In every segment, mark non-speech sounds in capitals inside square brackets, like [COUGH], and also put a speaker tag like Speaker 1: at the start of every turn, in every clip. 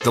Speaker 1: The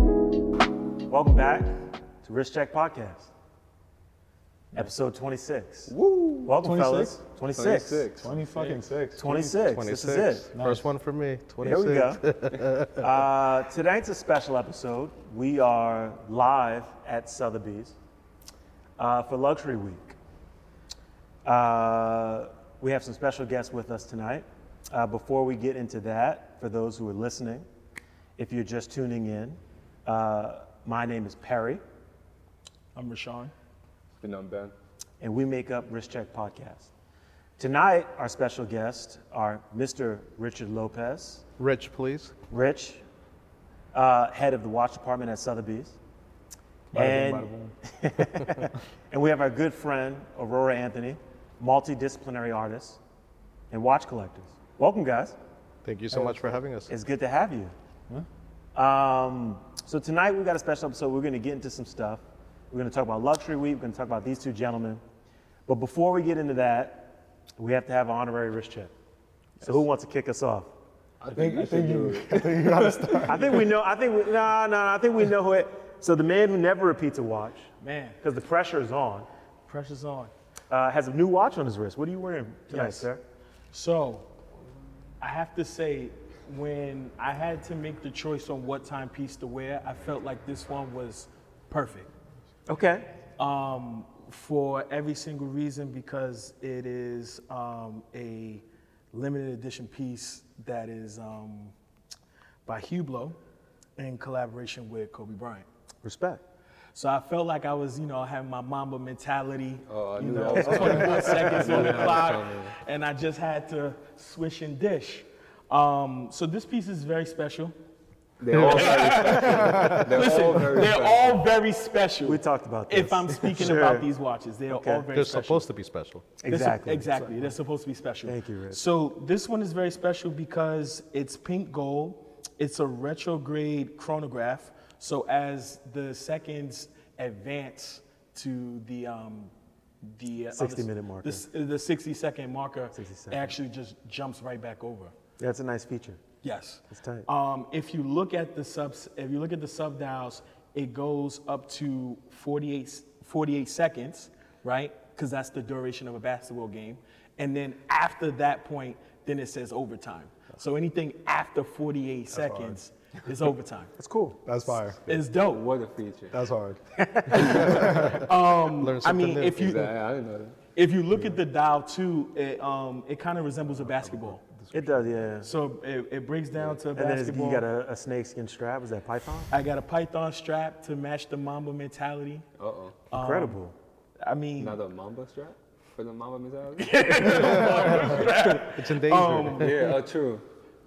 Speaker 2: Welcome back to Risk Check Podcast, episode 26.
Speaker 3: Woo!
Speaker 2: Welcome, fellas. 26.
Speaker 4: 26.
Speaker 3: 20 fucking six.
Speaker 2: 26. This is it.
Speaker 4: First one for me. 26.
Speaker 2: Here we go. uh, tonight's a special episode. We are live at Sotheby's uh, for Luxury Week. Uh, we have some special guests with us tonight. Uh, before we get into that, for those who are listening, if you're just tuning in, uh, my name is Perry,
Speaker 3: I'm Rashawn.
Speaker 4: Been on Ben.
Speaker 2: and we make up Risk Check Podcast. Tonight, our special guests are Mr. Richard Lopez.
Speaker 4: Rich, please.
Speaker 2: Rich, uh, head of the watch department at Sotheby's. And, [LAUGHS] and we have our good friend, Aurora Anthony, multidisciplinary artist and watch collectors. Welcome, guys.
Speaker 4: Thank you so much for having us.
Speaker 2: It's good to have you. Um, so tonight we've got a special episode. We're going to get into some stuff. We're going to talk about luxury week. We're going to talk about these two gentlemen. But before we get into that, we have to have an honorary wrist check. So who wants to kick us off?
Speaker 3: I think, I think you, I think you gotta start.
Speaker 2: I think we know. I think we, no, no, no. I think we know who it. So the man who never repeats a watch,
Speaker 3: Man,
Speaker 2: because the pressure is on,
Speaker 3: pressure's on.
Speaker 2: uh, has a new watch on his wrist. What are you wearing tonight,
Speaker 3: Yes.
Speaker 2: sir?
Speaker 3: So, I have to say, when I had to make the choice on what timepiece to wear, I felt like this one was perfect.
Speaker 2: Okay.
Speaker 3: um, for every single reason because it is um, a limited edition piece that is um, by Hublot in collaboration with Kobe Bryant.
Speaker 2: Respect.
Speaker 3: So I felt like I was, you know, having my Mamba mentality.
Speaker 4: Oh, I
Speaker 3: you
Speaker 4: knew
Speaker 3: know,
Speaker 4: that was
Speaker 3: 21 seconds on the
Speaker 4: Yeah, I
Speaker 3: clock,
Speaker 4: totally.
Speaker 3: and I just had to swish and dish. Um, so this piece is very special.
Speaker 4: They're all very
Speaker 3: [LAUGHS]
Speaker 4: special. They're
Speaker 3: Listen,
Speaker 4: all very
Speaker 3: they're
Speaker 4: special.
Speaker 3: all very special.
Speaker 2: We talked about
Speaker 3: If
Speaker 2: this.
Speaker 3: I'm speaking
Speaker 2: Sure.
Speaker 3: about these watches, they are
Speaker 2: Okay.
Speaker 3: all very
Speaker 4: They're
Speaker 3: special.
Speaker 4: supposed to be special.
Speaker 3: They're sup-
Speaker 2: Exactly.
Speaker 3: Exactly. They're supposed to be special.
Speaker 2: Thank you, Rich.
Speaker 3: So this one is very special because it's pink gold. It's a retrograde chronograph. So as the seconds advance to the um, the uh,
Speaker 2: 60
Speaker 3: other-
Speaker 2: minute marker.
Speaker 3: the s- the 60 second marker
Speaker 2: 60 second.
Speaker 3: actually just jumps right back over.
Speaker 2: That's a nice feature.
Speaker 3: Yes.
Speaker 2: It's tight.
Speaker 3: Um, if you look at the subs, if you look at the sub dials, it goes up to 48, s- 48 seconds, right? Because that's the duration of a basketball game. And then after that point, then it says overtime. So anything after 48 seconds is
Speaker 2: [LAUGHS]
Speaker 3: overtime.
Speaker 2: It's cool.
Speaker 5: That's fire.
Speaker 3: It's dope.
Speaker 4: What a feature.
Speaker 5: That's hard.
Speaker 4: [LAUGHS] Learn
Speaker 3: Um, I
Speaker 4: something
Speaker 3: mean,
Speaker 4: new.
Speaker 3: if you
Speaker 4: Exactly. I didn't know that.
Speaker 3: if you look at the dial too, it um, it kind of resembles a basketball.
Speaker 2: It does, yeah.
Speaker 3: So it, it breaks down to a
Speaker 2: And then it's-
Speaker 3: basketball.
Speaker 2: you got a, a snakeskin strap. Is that python?
Speaker 3: I got a python strap to match the Mamba mentality.
Speaker 2: Oh.
Speaker 4: Uh-oh.
Speaker 2: Incredible.
Speaker 3: I mean,
Speaker 4: Another Mamba strap? For the Mamba
Speaker 6: [LAUGHS]
Speaker 4: mentality? it's endangered.
Speaker 2: Um,
Speaker 4: yeah,
Speaker 6: uh,
Speaker 4: oh, true.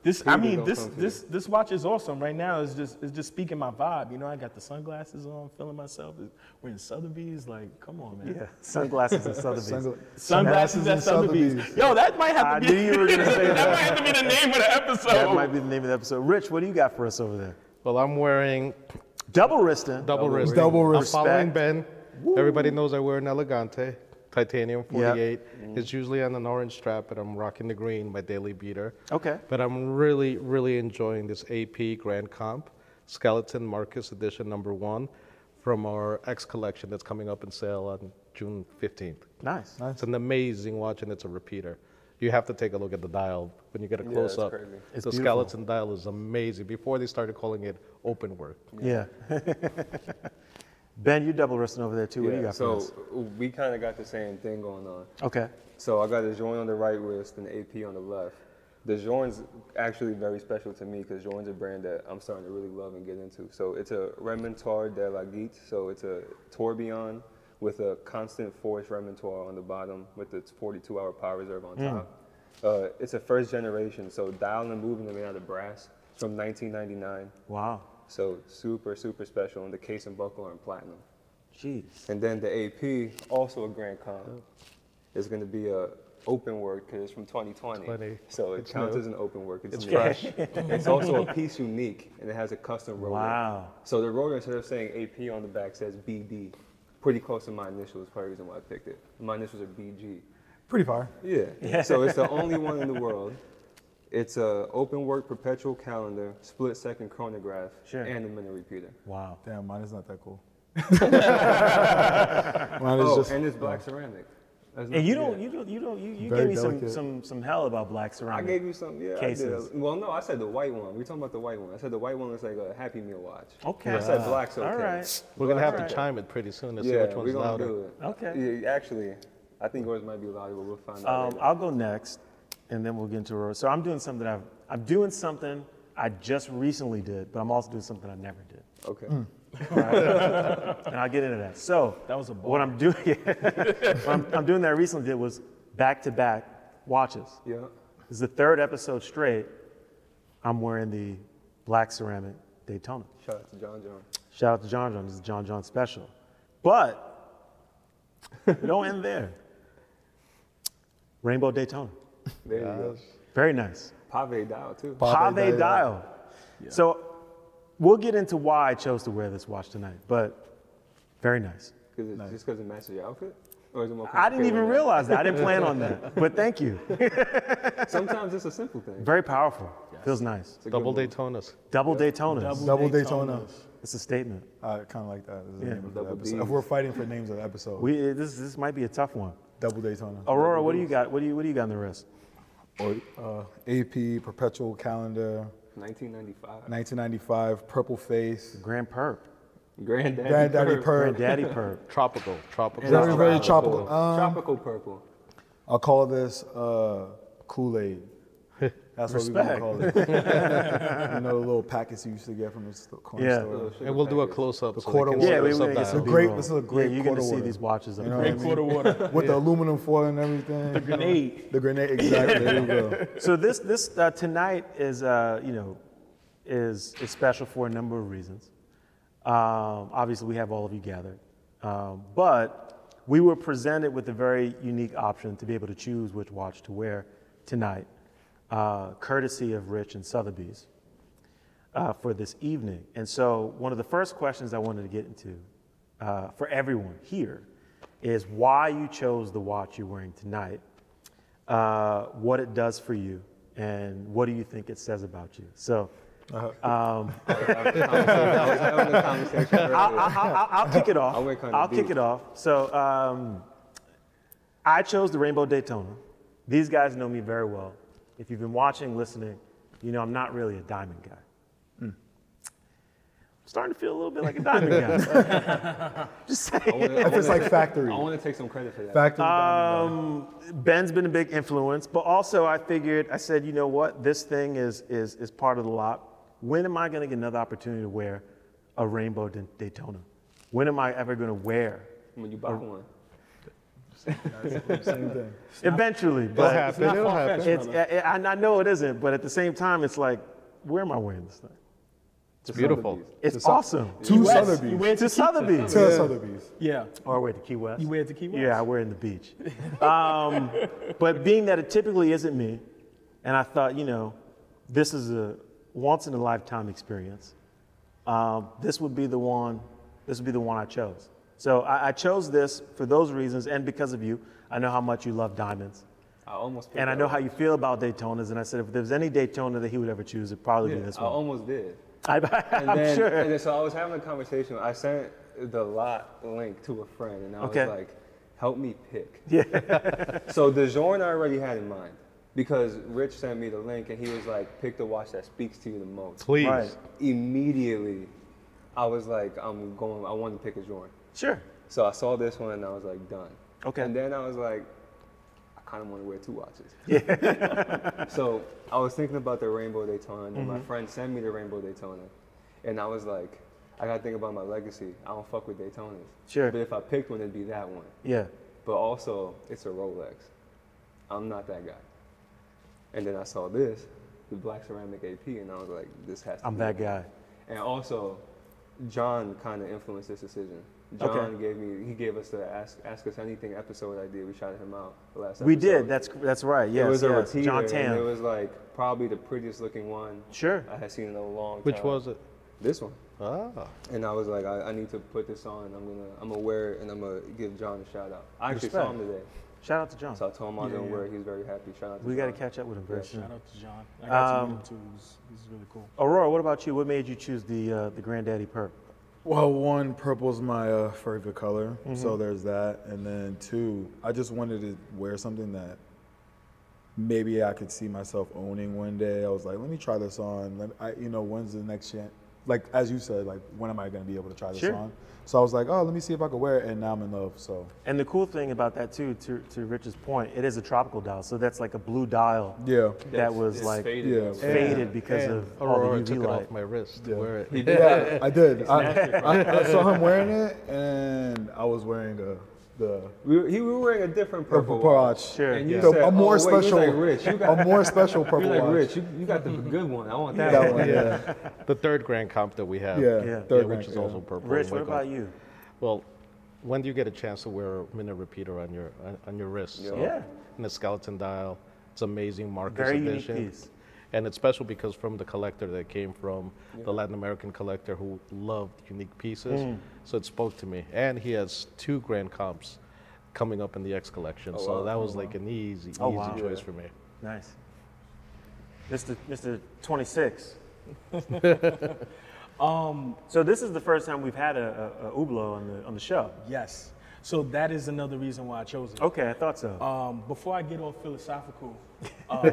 Speaker 3: This, I
Speaker 4: Here we
Speaker 3: mean,
Speaker 4: go,
Speaker 3: this,
Speaker 4: Funky.
Speaker 3: this, this watch is awesome right now. It's just, it's just speaking my vibe. You know, I got the sunglasses on, feeling myself. We're in Sotheby's. Like, come on, man.
Speaker 2: Yeah. [LAUGHS] Sunglasses and Sotheby's.
Speaker 5: Sungla-
Speaker 3: Sunglasses at Sotheby's. Yo, that might have to
Speaker 2: I
Speaker 3: be.
Speaker 2: knew you were
Speaker 3: [LAUGHS]
Speaker 2: gonna say that.
Speaker 3: might have to be the name of the episode.
Speaker 2: That might be the name of the episode. Rich, what do you got for us over there?
Speaker 4: Well, I'm wearing
Speaker 2: Double wristing.
Speaker 4: double wrist.
Speaker 5: Double
Speaker 4: I'm
Speaker 5: wrist.
Speaker 4: following
Speaker 2: Respect.
Speaker 4: Ben. Everybody knows I wear an Elegante titanium 48.
Speaker 2: Mm.
Speaker 4: It's usually on an orange strap, but I'm rocking the green, my daily beater.
Speaker 2: Okay.
Speaker 4: But I'm really, really enjoying this AP Grand Comp Skeleton Marcus Edition number one from our X collection that's coming up in sale on June 15th.
Speaker 2: Nice.
Speaker 4: It's an amazing watch and it's a repeater. You have to take a look at the dial when you get a close up.
Speaker 6: crazy.
Speaker 4: the
Speaker 2: beautiful.
Speaker 4: skeleton dial is amazing. Before they started calling it open work.
Speaker 2: Yeah. [LAUGHS] ben, you double wristing over there too. What do you
Speaker 6: Yeah,
Speaker 2: got
Speaker 6: so
Speaker 2: for us?
Speaker 6: we kind of got the same thing going on.
Speaker 2: Okay.
Speaker 6: So I got a joint on the right wrist and AP on the left. The joint's actually very special to me because joint's a brand that I'm starting to really love and get into. So it's a Remingard de la Guite, so it's a tourbillon with a constant forest Remontoir on the bottom with its 42 hour power reserve
Speaker 2: Hmm.
Speaker 6: on top. Uh, it's a first generation, so dial and moving are made out of brass It's from 1999.
Speaker 2: Wow.
Speaker 6: So super, super special. And the case and buckle are in platinum.
Speaker 2: Jeez.
Speaker 6: And then the AP, also a Grand Con, is going to be a open work because it's from 2020.
Speaker 4: 20.
Speaker 6: So it
Speaker 4: It's
Speaker 6: counts
Speaker 4: new.
Speaker 6: as an open work. It's, new.
Speaker 4: fresh.
Speaker 6: [LAUGHS] it's also a piece unique, and it has a custom roller.
Speaker 2: Wow.
Speaker 6: So the roller, instead of saying AP on the back, says BD. Pretty close to my initials. Probably the reason why I picked it. My initials are BG.
Speaker 5: Pretty far.
Speaker 6: Yeah. so it's the only one in the world. It's a open work perpetual calendar, split second chronograph,
Speaker 2: Sure.
Speaker 6: and a minute repeater.
Speaker 2: Wow.
Speaker 5: Damn, mine is not that cool. mine is
Speaker 6: oh,
Speaker 5: just.
Speaker 6: and it's black ceramic. That's
Speaker 2: And
Speaker 6: not-
Speaker 2: you
Speaker 6: yeah.
Speaker 2: don't, you don't, you don't, you, you
Speaker 5: Very
Speaker 2: gave me some,
Speaker 5: delicate.
Speaker 2: some, some hell about black
Speaker 6: I
Speaker 2: ceramic.
Speaker 6: gave you some, yeah. I
Speaker 2: Cases.
Speaker 6: did. Well, no, I said the white one. We're talking about the white one. I said the white one looks like a Happy Meal watch.
Speaker 2: Okay.
Speaker 6: I said black's okay.
Speaker 2: All right.
Speaker 4: We're gonna have
Speaker 2: Alright.
Speaker 4: to chime it pretty soon to see
Speaker 6: Yeah,
Speaker 4: which
Speaker 6: we're
Speaker 4: one's
Speaker 6: gonna
Speaker 4: louder.
Speaker 6: do it.
Speaker 2: Okay.
Speaker 6: Yeah, actually, I think yours might be louder, but we'll find out.
Speaker 2: Um,
Speaker 6: later.
Speaker 2: I'll go next, and then we'll get into Aurora. So I'm doing something I've, I'm doing something I just recently did, but I'm also doing something I never did,
Speaker 6: Okay.
Speaker 4: hmm.
Speaker 2: and I'll get into that. So
Speaker 3: [LAUGHS] That was a
Speaker 2: what I'm doing. [LAUGHS] what I'm, I'm doing that I recently did was back to back watches.
Speaker 6: Yeah.
Speaker 2: This is the third episode straight. I'm wearing the black ceramic Daytona.
Speaker 6: Shout out to John John.
Speaker 2: Shout out to John John. This is John John special. But [LAUGHS] it don't end there. Rainbow Daytona.
Speaker 6: There you go.
Speaker 2: Very nice.
Speaker 6: Pave dial too.
Speaker 5: Pave
Speaker 2: Pave
Speaker 5: dial.
Speaker 2: dial. So we'll get into why I chose to wear this watch tonight, but very nice.
Speaker 6: Cause it's Just because it matches your outfit? Or is it more
Speaker 2: I didn't
Speaker 6: complicated
Speaker 2: even
Speaker 6: than that?
Speaker 2: realize that. I didn't plan on that. But thank you.
Speaker 6: Sometimes it's a simple thing.
Speaker 2: Very powerful. Feels nice.
Speaker 6: It's a good
Speaker 4: Double
Speaker 6: one.
Speaker 4: Daytonas.
Speaker 2: Double Daytona.
Speaker 5: Double Daytona.
Speaker 3: Daytonas.
Speaker 2: It's a statement.
Speaker 5: I kind of like that. This is the name of the
Speaker 6: Double
Speaker 5: episode.
Speaker 6: Ds.
Speaker 5: We're fighting for names of the episode.
Speaker 2: We this this might be a tough one.
Speaker 5: Double Daytona.
Speaker 2: Aurora, what do you got? What do you what do you got on the wrist?
Speaker 5: Or, uh, AP, Perpetual Calendar,
Speaker 6: 1995.
Speaker 5: 1995, Purple Face,
Speaker 2: Grand Perp.
Speaker 6: Granddaddy,
Speaker 5: Granddaddy
Speaker 6: Perp.
Speaker 5: Perp.
Speaker 2: Granddaddy Perp.
Speaker 4: Tropical. Tropical.
Speaker 5: Very,
Speaker 6: That's
Speaker 5: very tropical. Um,
Speaker 6: tropical purple.
Speaker 5: I'll call this uh, Kool Aid.
Speaker 2: [LAUGHS]
Speaker 5: That's what we're
Speaker 2: Respect.
Speaker 5: gonna call
Speaker 2: [LAUGHS]
Speaker 5: it. you know, the little packets you used to get from the st- corner
Speaker 2: Yeah.
Speaker 5: store.
Speaker 4: And we'll do a close up.
Speaker 5: The quarter one.
Speaker 2: Yeah, we-
Speaker 5: It's
Speaker 2: we gotta get
Speaker 5: a
Speaker 2: some
Speaker 5: great.
Speaker 2: B-roll.
Speaker 5: This is a great
Speaker 2: Yeah, you're
Speaker 5: quarter
Speaker 2: gonna see
Speaker 5: order.
Speaker 2: these watches up
Speaker 5: You know
Speaker 2: there.
Speaker 5: what I
Speaker 3: Great
Speaker 5: mean?
Speaker 3: quarter water.
Speaker 5: with the aluminum foil and everything. The
Speaker 3: Grenade.
Speaker 5: The grenade. Exactly. there
Speaker 2: [LAUGHS]
Speaker 5: you go.
Speaker 2: So this this uh, tonight is uh, you know is is special for a number of reasons. Um, obviously, we have all of you gathered, um, but we were presented with a very unique option to be able to choose which watch to wear tonight, uh, courtesy of Rich and Sotheby's uh, for this evening. And so, one of the first questions I wanted to get into uh, for everyone here is why you chose the watch you're wearing tonight, uh, what it does for you, and what do you think it says about you? So,
Speaker 6: I was
Speaker 4: [LAUGHS]
Speaker 6: having a conversation
Speaker 2: I'll,
Speaker 6: earlier.
Speaker 2: I'll, I'll, [LAUGHS] I'll kick it off.
Speaker 6: I went kinda
Speaker 2: I'll kick
Speaker 6: deep.
Speaker 2: it off. So, um, I chose the Rainbow Daytona. These guys know me very well. If you've been watching, listening, you know I'm not really a diamond guy. Hmm. I'm starting to feel a little bit like a diamond guy. [LAUGHS] Just saying.
Speaker 6: wanna-
Speaker 5: If it's like
Speaker 6: I
Speaker 5: factory.
Speaker 6: want to take some credit for that.
Speaker 5: Factory.
Speaker 2: Uh,
Speaker 5: diamond
Speaker 2: Um, Ben's been a big influence, but also I figured I said, you know what, this thing is is is part of the lot. When am I going to get another opportunity to wear a rainbow Day- Daytona? When am I ever going to wear?
Speaker 6: when you buy one.
Speaker 5: bag. Same thing.
Speaker 2: Eventually,
Speaker 4: It'll
Speaker 2: but
Speaker 4: happen. It'll happen.
Speaker 2: it's, I, I I know it isn't. But at the same time, it's like, where am I wearing this thing?
Speaker 4: It's beautiful.
Speaker 2: It's awesome.
Speaker 3: US. You
Speaker 5: Two Sotheby's.
Speaker 3: wear it
Speaker 2: To
Speaker 3: to
Speaker 2: Sotheby's.
Speaker 5: Two Sotheby's.
Speaker 3: Yeah.
Speaker 2: Or wear to Key West.
Speaker 3: You wear it to Key West?
Speaker 2: Yeah, I wear it in the beach. um, but being that it typically isn't me, and I thought, you know, this is a once in a lifetime experience. Um, this would be the one. This would be the one I chose. So I, I chose this for those reasons and because of you. I know how much you love diamonds,
Speaker 6: I almost. picked
Speaker 2: and I
Speaker 6: that
Speaker 2: know
Speaker 6: one.
Speaker 2: how you feel about Daytonas. And I said, if there was any Daytona that he would ever choose, it'd probably be this
Speaker 6: I
Speaker 2: one.
Speaker 6: almost did.
Speaker 2: I,
Speaker 6: uh,
Speaker 2: [LAUGHS]
Speaker 6: oh, And
Speaker 2: am
Speaker 6: then,
Speaker 2: sure.
Speaker 6: And then, so I was having a conversation. I sent the lot link to a friend, and I
Speaker 2: Okay.
Speaker 6: was like, "Help me pick." Yeah. [LAUGHS] so DeJorn I already had in mind because Rich sent me the link, and he was like, "Pick the watch that speaks to you the most."
Speaker 4: Please.
Speaker 2: Right.
Speaker 6: Immediately, I was like, "I'm going. I want to pick a Jordan."
Speaker 2: Sure.
Speaker 6: So I saw this one, and I was like, "Done."
Speaker 2: Okay.
Speaker 6: And then I was like. I kind of want to wear two watches.
Speaker 2: [LAUGHS]
Speaker 6: Yeah. so
Speaker 2: Mm-hmm.
Speaker 6: I was thinking about the Rainbow Daytona, and my friend sent me the Rainbow Daytona, and I was like, I I gotta think about my legacy. I don't fuck with Daytonas.
Speaker 2: Sure.
Speaker 6: But if I picked one, it'd be that one.
Speaker 2: Yeah.
Speaker 6: But also, it's a Rolex. I'm not that guy. And then I saw this, the black ceramic AP, and I was like, this has to
Speaker 2: I'm
Speaker 6: be
Speaker 2: that
Speaker 6: it.
Speaker 2: guy.
Speaker 6: And also, John kind of influenced this decision.
Speaker 2: Okay.
Speaker 6: John gave me, he gave us the Ask, Ask Us Anything episode I did. We shouted him out the last
Speaker 2: We
Speaker 6: episode.
Speaker 2: did. That's that's right. Yes.
Speaker 6: it was
Speaker 2: yes.
Speaker 6: a Ratita,
Speaker 2: John
Speaker 6: And it
Speaker 2: Tam.
Speaker 6: was like probably the prettiest looking one
Speaker 2: Sure.
Speaker 6: I had seen in a long time.
Speaker 4: Which was it?
Speaker 6: This one.
Speaker 4: Ah,
Speaker 6: And I was like, I, I need to put this on. I'm gonna, I'm gonna wear it, and I'm gonna give John a shout out. I actually saw
Speaker 2: Respect.
Speaker 6: him today,
Speaker 2: Shout out to John.
Speaker 6: so I told him I was gonna wear it. He was very happy. Shout out. To
Speaker 2: We got to
Speaker 6: John.
Speaker 2: catch up with him very soon.
Speaker 3: Shout out to John. I got
Speaker 2: Um,
Speaker 3: to meet him too. He was, he was really cool.
Speaker 2: Aurora, what about you? What made you choose the uh, the granddaddy perk?
Speaker 5: Well, one, purple's my uh, favorite color, so there's that. And then two, I just wanted to wear something that maybe I could see myself owning one day. I was like, let me try this on. Let I, you know, when's the next chance? Like as you said, like when am I going to be able to try this
Speaker 2: Sure.
Speaker 5: on? So I was like, oh, let me see if I could wear it, and now I'm in love. So
Speaker 2: And the cool thing about that too, to, to Rich's point, it is a tropical dial, so that's like a blue dial
Speaker 5: yeah,
Speaker 2: that was
Speaker 6: It's
Speaker 2: like
Speaker 6: faded,
Speaker 5: yeah.
Speaker 6: though.
Speaker 5: And-
Speaker 2: faded because
Speaker 4: And
Speaker 2: of all
Speaker 4: Aurora
Speaker 2: the
Speaker 4: took
Speaker 2: UV
Speaker 4: it
Speaker 2: light.
Speaker 4: off my wrist to wear it.
Speaker 5: yeah, I did. I, I, I saw him wearing it, and I was wearing a the
Speaker 6: We were, he, we were wearing a different purple,
Speaker 5: purple watch.
Speaker 2: Sure.
Speaker 6: And you
Speaker 5: The-
Speaker 6: said,
Speaker 5: a more
Speaker 6: oh, wait,
Speaker 5: special,
Speaker 6: You was like Rich. You got,
Speaker 5: a more special
Speaker 6: [LAUGHS] you
Speaker 5: purple
Speaker 6: like
Speaker 5: watch.
Speaker 6: Rich. You, you got the good one. I want that,
Speaker 5: That
Speaker 6: one.
Speaker 5: one, yeah.
Speaker 4: The third grand comp that we have.
Speaker 5: Yeah,
Speaker 2: Yeah.
Speaker 5: third
Speaker 4: Yeah,
Speaker 5: rank,
Speaker 4: which is
Speaker 5: yeah.
Speaker 4: also purple.
Speaker 2: Rich,
Speaker 4: Oh my
Speaker 2: what about
Speaker 4: God.
Speaker 2: you?
Speaker 4: Well, when do you get a chance to wear a minute repeater on your on, on your wrist? So,
Speaker 2: Yeah.
Speaker 4: And a skeleton dial. It's amazing Marcus
Speaker 2: Very unique
Speaker 4: edition.
Speaker 2: piece.
Speaker 4: And it's special because from the collector that it came from, the Latin American collector who loved unique pieces.
Speaker 2: Mm.
Speaker 4: So it spoke to me. And he has two grand comps coming up in the X collection. so that was like an easy,
Speaker 2: Oh,
Speaker 4: easy
Speaker 2: wow.
Speaker 4: choice for me.
Speaker 2: Nice, Mr. Mr. Twenty
Speaker 3: [LAUGHS]
Speaker 2: Six. um, so this is the first time we've had a, a, a Ublo on the on the show.
Speaker 3: Yes. So that is another reason why I chose it.
Speaker 2: Okay, I thought so.
Speaker 3: Um, before I get all philosophical, um,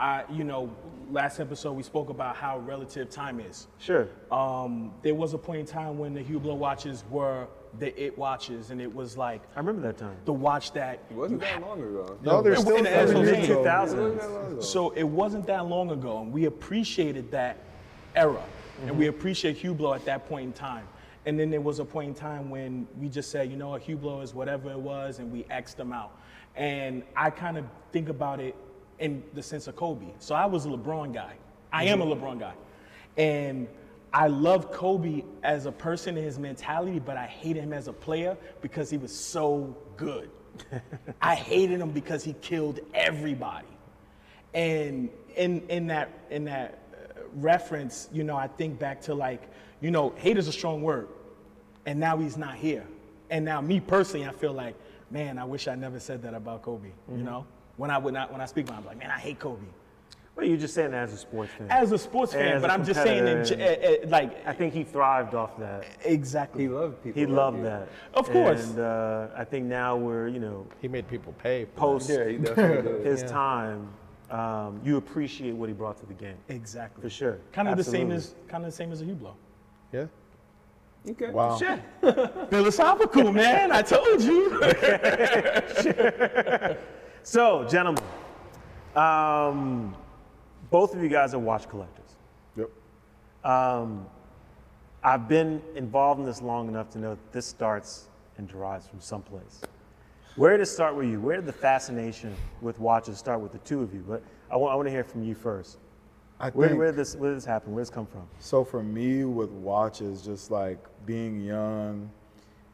Speaker 3: I, you know, last episode we spoke about how relative time is.
Speaker 2: sure.
Speaker 3: Um, there was a point in time when the Hublot watches were the it watches, and it was like
Speaker 2: I remember that time.
Speaker 3: the watch that
Speaker 6: It wasn't that long ago.
Speaker 5: No, they're still
Speaker 3: in the
Speaker 5: fucking
Speaker 3: actual
Speaker 5: Rich,
Speaker 3: game.
Speaker 5: though.
Speaker 2: 2000s.
Speaker 3: So it wasn't that long ago, and we appreciated that era, and we appreciate Hublot at that point in time. And then there was a point in time when we just said, you know, what, Hublot is whatever it was, and we X'd them out. And I kind of think about it in the sense of Kobe. So I was a LeBron guy. I am a LeBron guy, and I love Kobe as a person and his mentality, but I hate him as a player because he was so good. I hated him because he killed everybody. And in in that in that uh, reference, you know, I think back to like, you know, hate is a strong word, and now he's not here. And now me personally, I feel like, man, I wish I never said that about Kobe. You
Speaker 2: Mm-hmm.
Speaker 3: know, when I would not when I speak, about him, I'm like, man, I hate Kobe.
Speaker 2: Well, you're just saying that as a sports fan.
Speaker 3: As a sports fan,
Speaker 2: As
Speaker 3: but
Speaker 2: a
Speaker 3: I'm just saying, in, ge-
Speaker 2: competitor
Speaker 3: eh, eh, like,
Speaker 2: I think he thrived off that.
Speaker 3: exactly.
Speaker 6: He loved people.
Speaker 2: He
Speaker 6: like
Speaker 2: loved
Speaker 6: you.
Speaker 2: that.
Speaker 3: Of course.
Speaker 2: And uh, I think now we're, you know,
Speaker 4: He made people pay. for that.
Speaker 2: post
Speaker 6: Yeah,
Speaker 2: [LAUGHS]
Speaker 6: he definitely did.
Speaker 2: his time, um, you appreciate what he brought to the game.
Speaker 3: Exactly.
Speaker 2: For sure.
Speaker 3: Kind of the same
Speaker 2: Absolutely.
Speaker 3: as kind of the same as a Hublot.
Speaker 4: Yeah.
Speaker 6: Okay.
Speaker 5: Wow.
Speaker 3: Sure. [LAUGHS] Philosophical, man. I told you.
Speaker 2: So, gentlemen, um, both of you guys are watch collectors.
Speaker 5: Yep.
Speaker 2: Um, I've been involved in this long enough to know that this starts and derives from someplace. Where did it start with you? Where did the fascination with watches start with the two of you? But I want to hear from you first.
Speaker 5: I
Speaker 2: Where,
Speaker 5: think-
Speaker 2: where did this where did this happen? Where did this come from?
Speaker 5: So for me, with watches, just like being young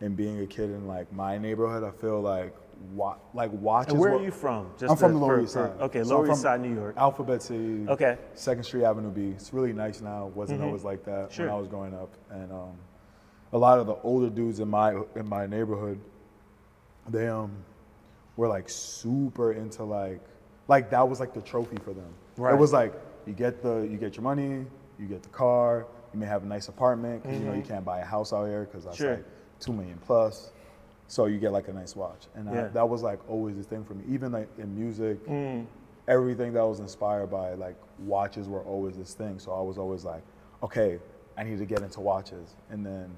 Speaker 5: and being a kid in like my neighborhood, I feel like wa- like watches.
Speaker 2: And where
Speaker 5: were-
Speaker 2: are you from? Just
Speaker 5: I'm from
Speaker 2: to-
Speaker 5: the Lower
Speaker 2: for-
Speaker 5: East
Speaker 2: for-
Speaker 5: Side.
Speaker 2: Okay,
Speaker 5: So
Speaker 2: Lower
Speaker 5: I'm
Speaker 2: East
Speaker 5: from
Speaker 2: Side, New York.
Speaker 5: Alphabet City.
Speaker 2: Okay. Mm-hmm.
Speaker 5: Second Street, Avenue B. It's really nice now. It wasn't always like that
Speaker 2: Sure.
Speaker 5: when I was growing up, and um, a lot of the older dudes in my in my neighborhood, they um were like super into like like that was like the trophy for them.
Speaker 2: Right.
Speaker 5: It was like you get the you get your money, you get the car, you may have a nice apartment 'cause, you know you can't buy a house out here because that's
Speaker 2: Mm-hmm. Sure.
Speaker 5: like two million plus. So you get like a nice watch, and I,
Speaker 2: Yeah. Mm.
Speaker 5: that was like always the thing for me. Even like in music, everything that I was inspired by like watches were always this thing. So I was always like, okay, I need to get into watches, and then.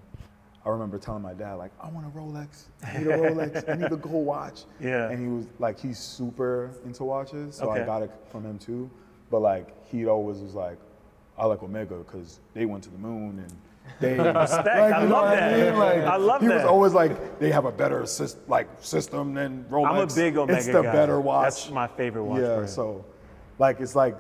Speaker 5: I remember telling my dad, like, I want a Rolex. I need a Rolex. I need a gold watch.
Speaker 2: [LAUGHS] Yeah.
Speaker 5: And he was like, he's super into watches. So
Speaker 2: Okay.
Speaker 5: I got it from him too. But like, he always was like, I like Omega because they went to the moon and
Speaker 2: [LAUGHS]
Speaker 5: They respect.
Speaker 2: I love that. I love
Speaker 5: he was
Speaker 2: that.
Speaker 5: always like, they have a better sys- like system than Rolex.
Speaker 2: I'm a big Omega
Speaker 5: It's the
Speaker 2: guy.
Speaker 5: better watch.
Speaker 2: That's my favorite watch
Speaker 5: Yeah.
Speaker 2: brand.
Speaker 5: So, like, it's like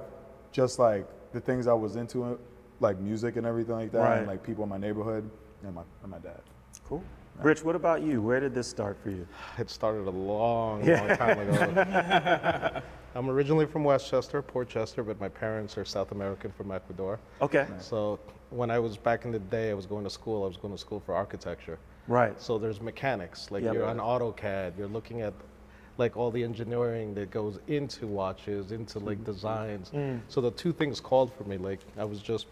Speaker 5: just like the things I was into, like music and everything like that,
Speaker 2: Right.
Speaker 5: and like people in my neighborhood and my and my dad.
Speaker 2: Cool. Rich, what about you? Where did this start for you?
Speaker 4: It started a long, long time ago.
Speaker 2: [LAUGHS]
Speaker 4: I'm originally from Westchester, Port Chester, but my parents are South American from Ecuador.
Speaker 2: Okay.
Speaker 4: So when I was back in the day, I was going to school. I was going to school for architecture.
Speaker 2: Right.
Speaker 4: So there's mechanics, like
Speaker 2: Yeah.
Speaker 4: you're on AutoCAD, you're looking at like all the engineering that goes into watches, into like designs. So the two things called for me, like I was just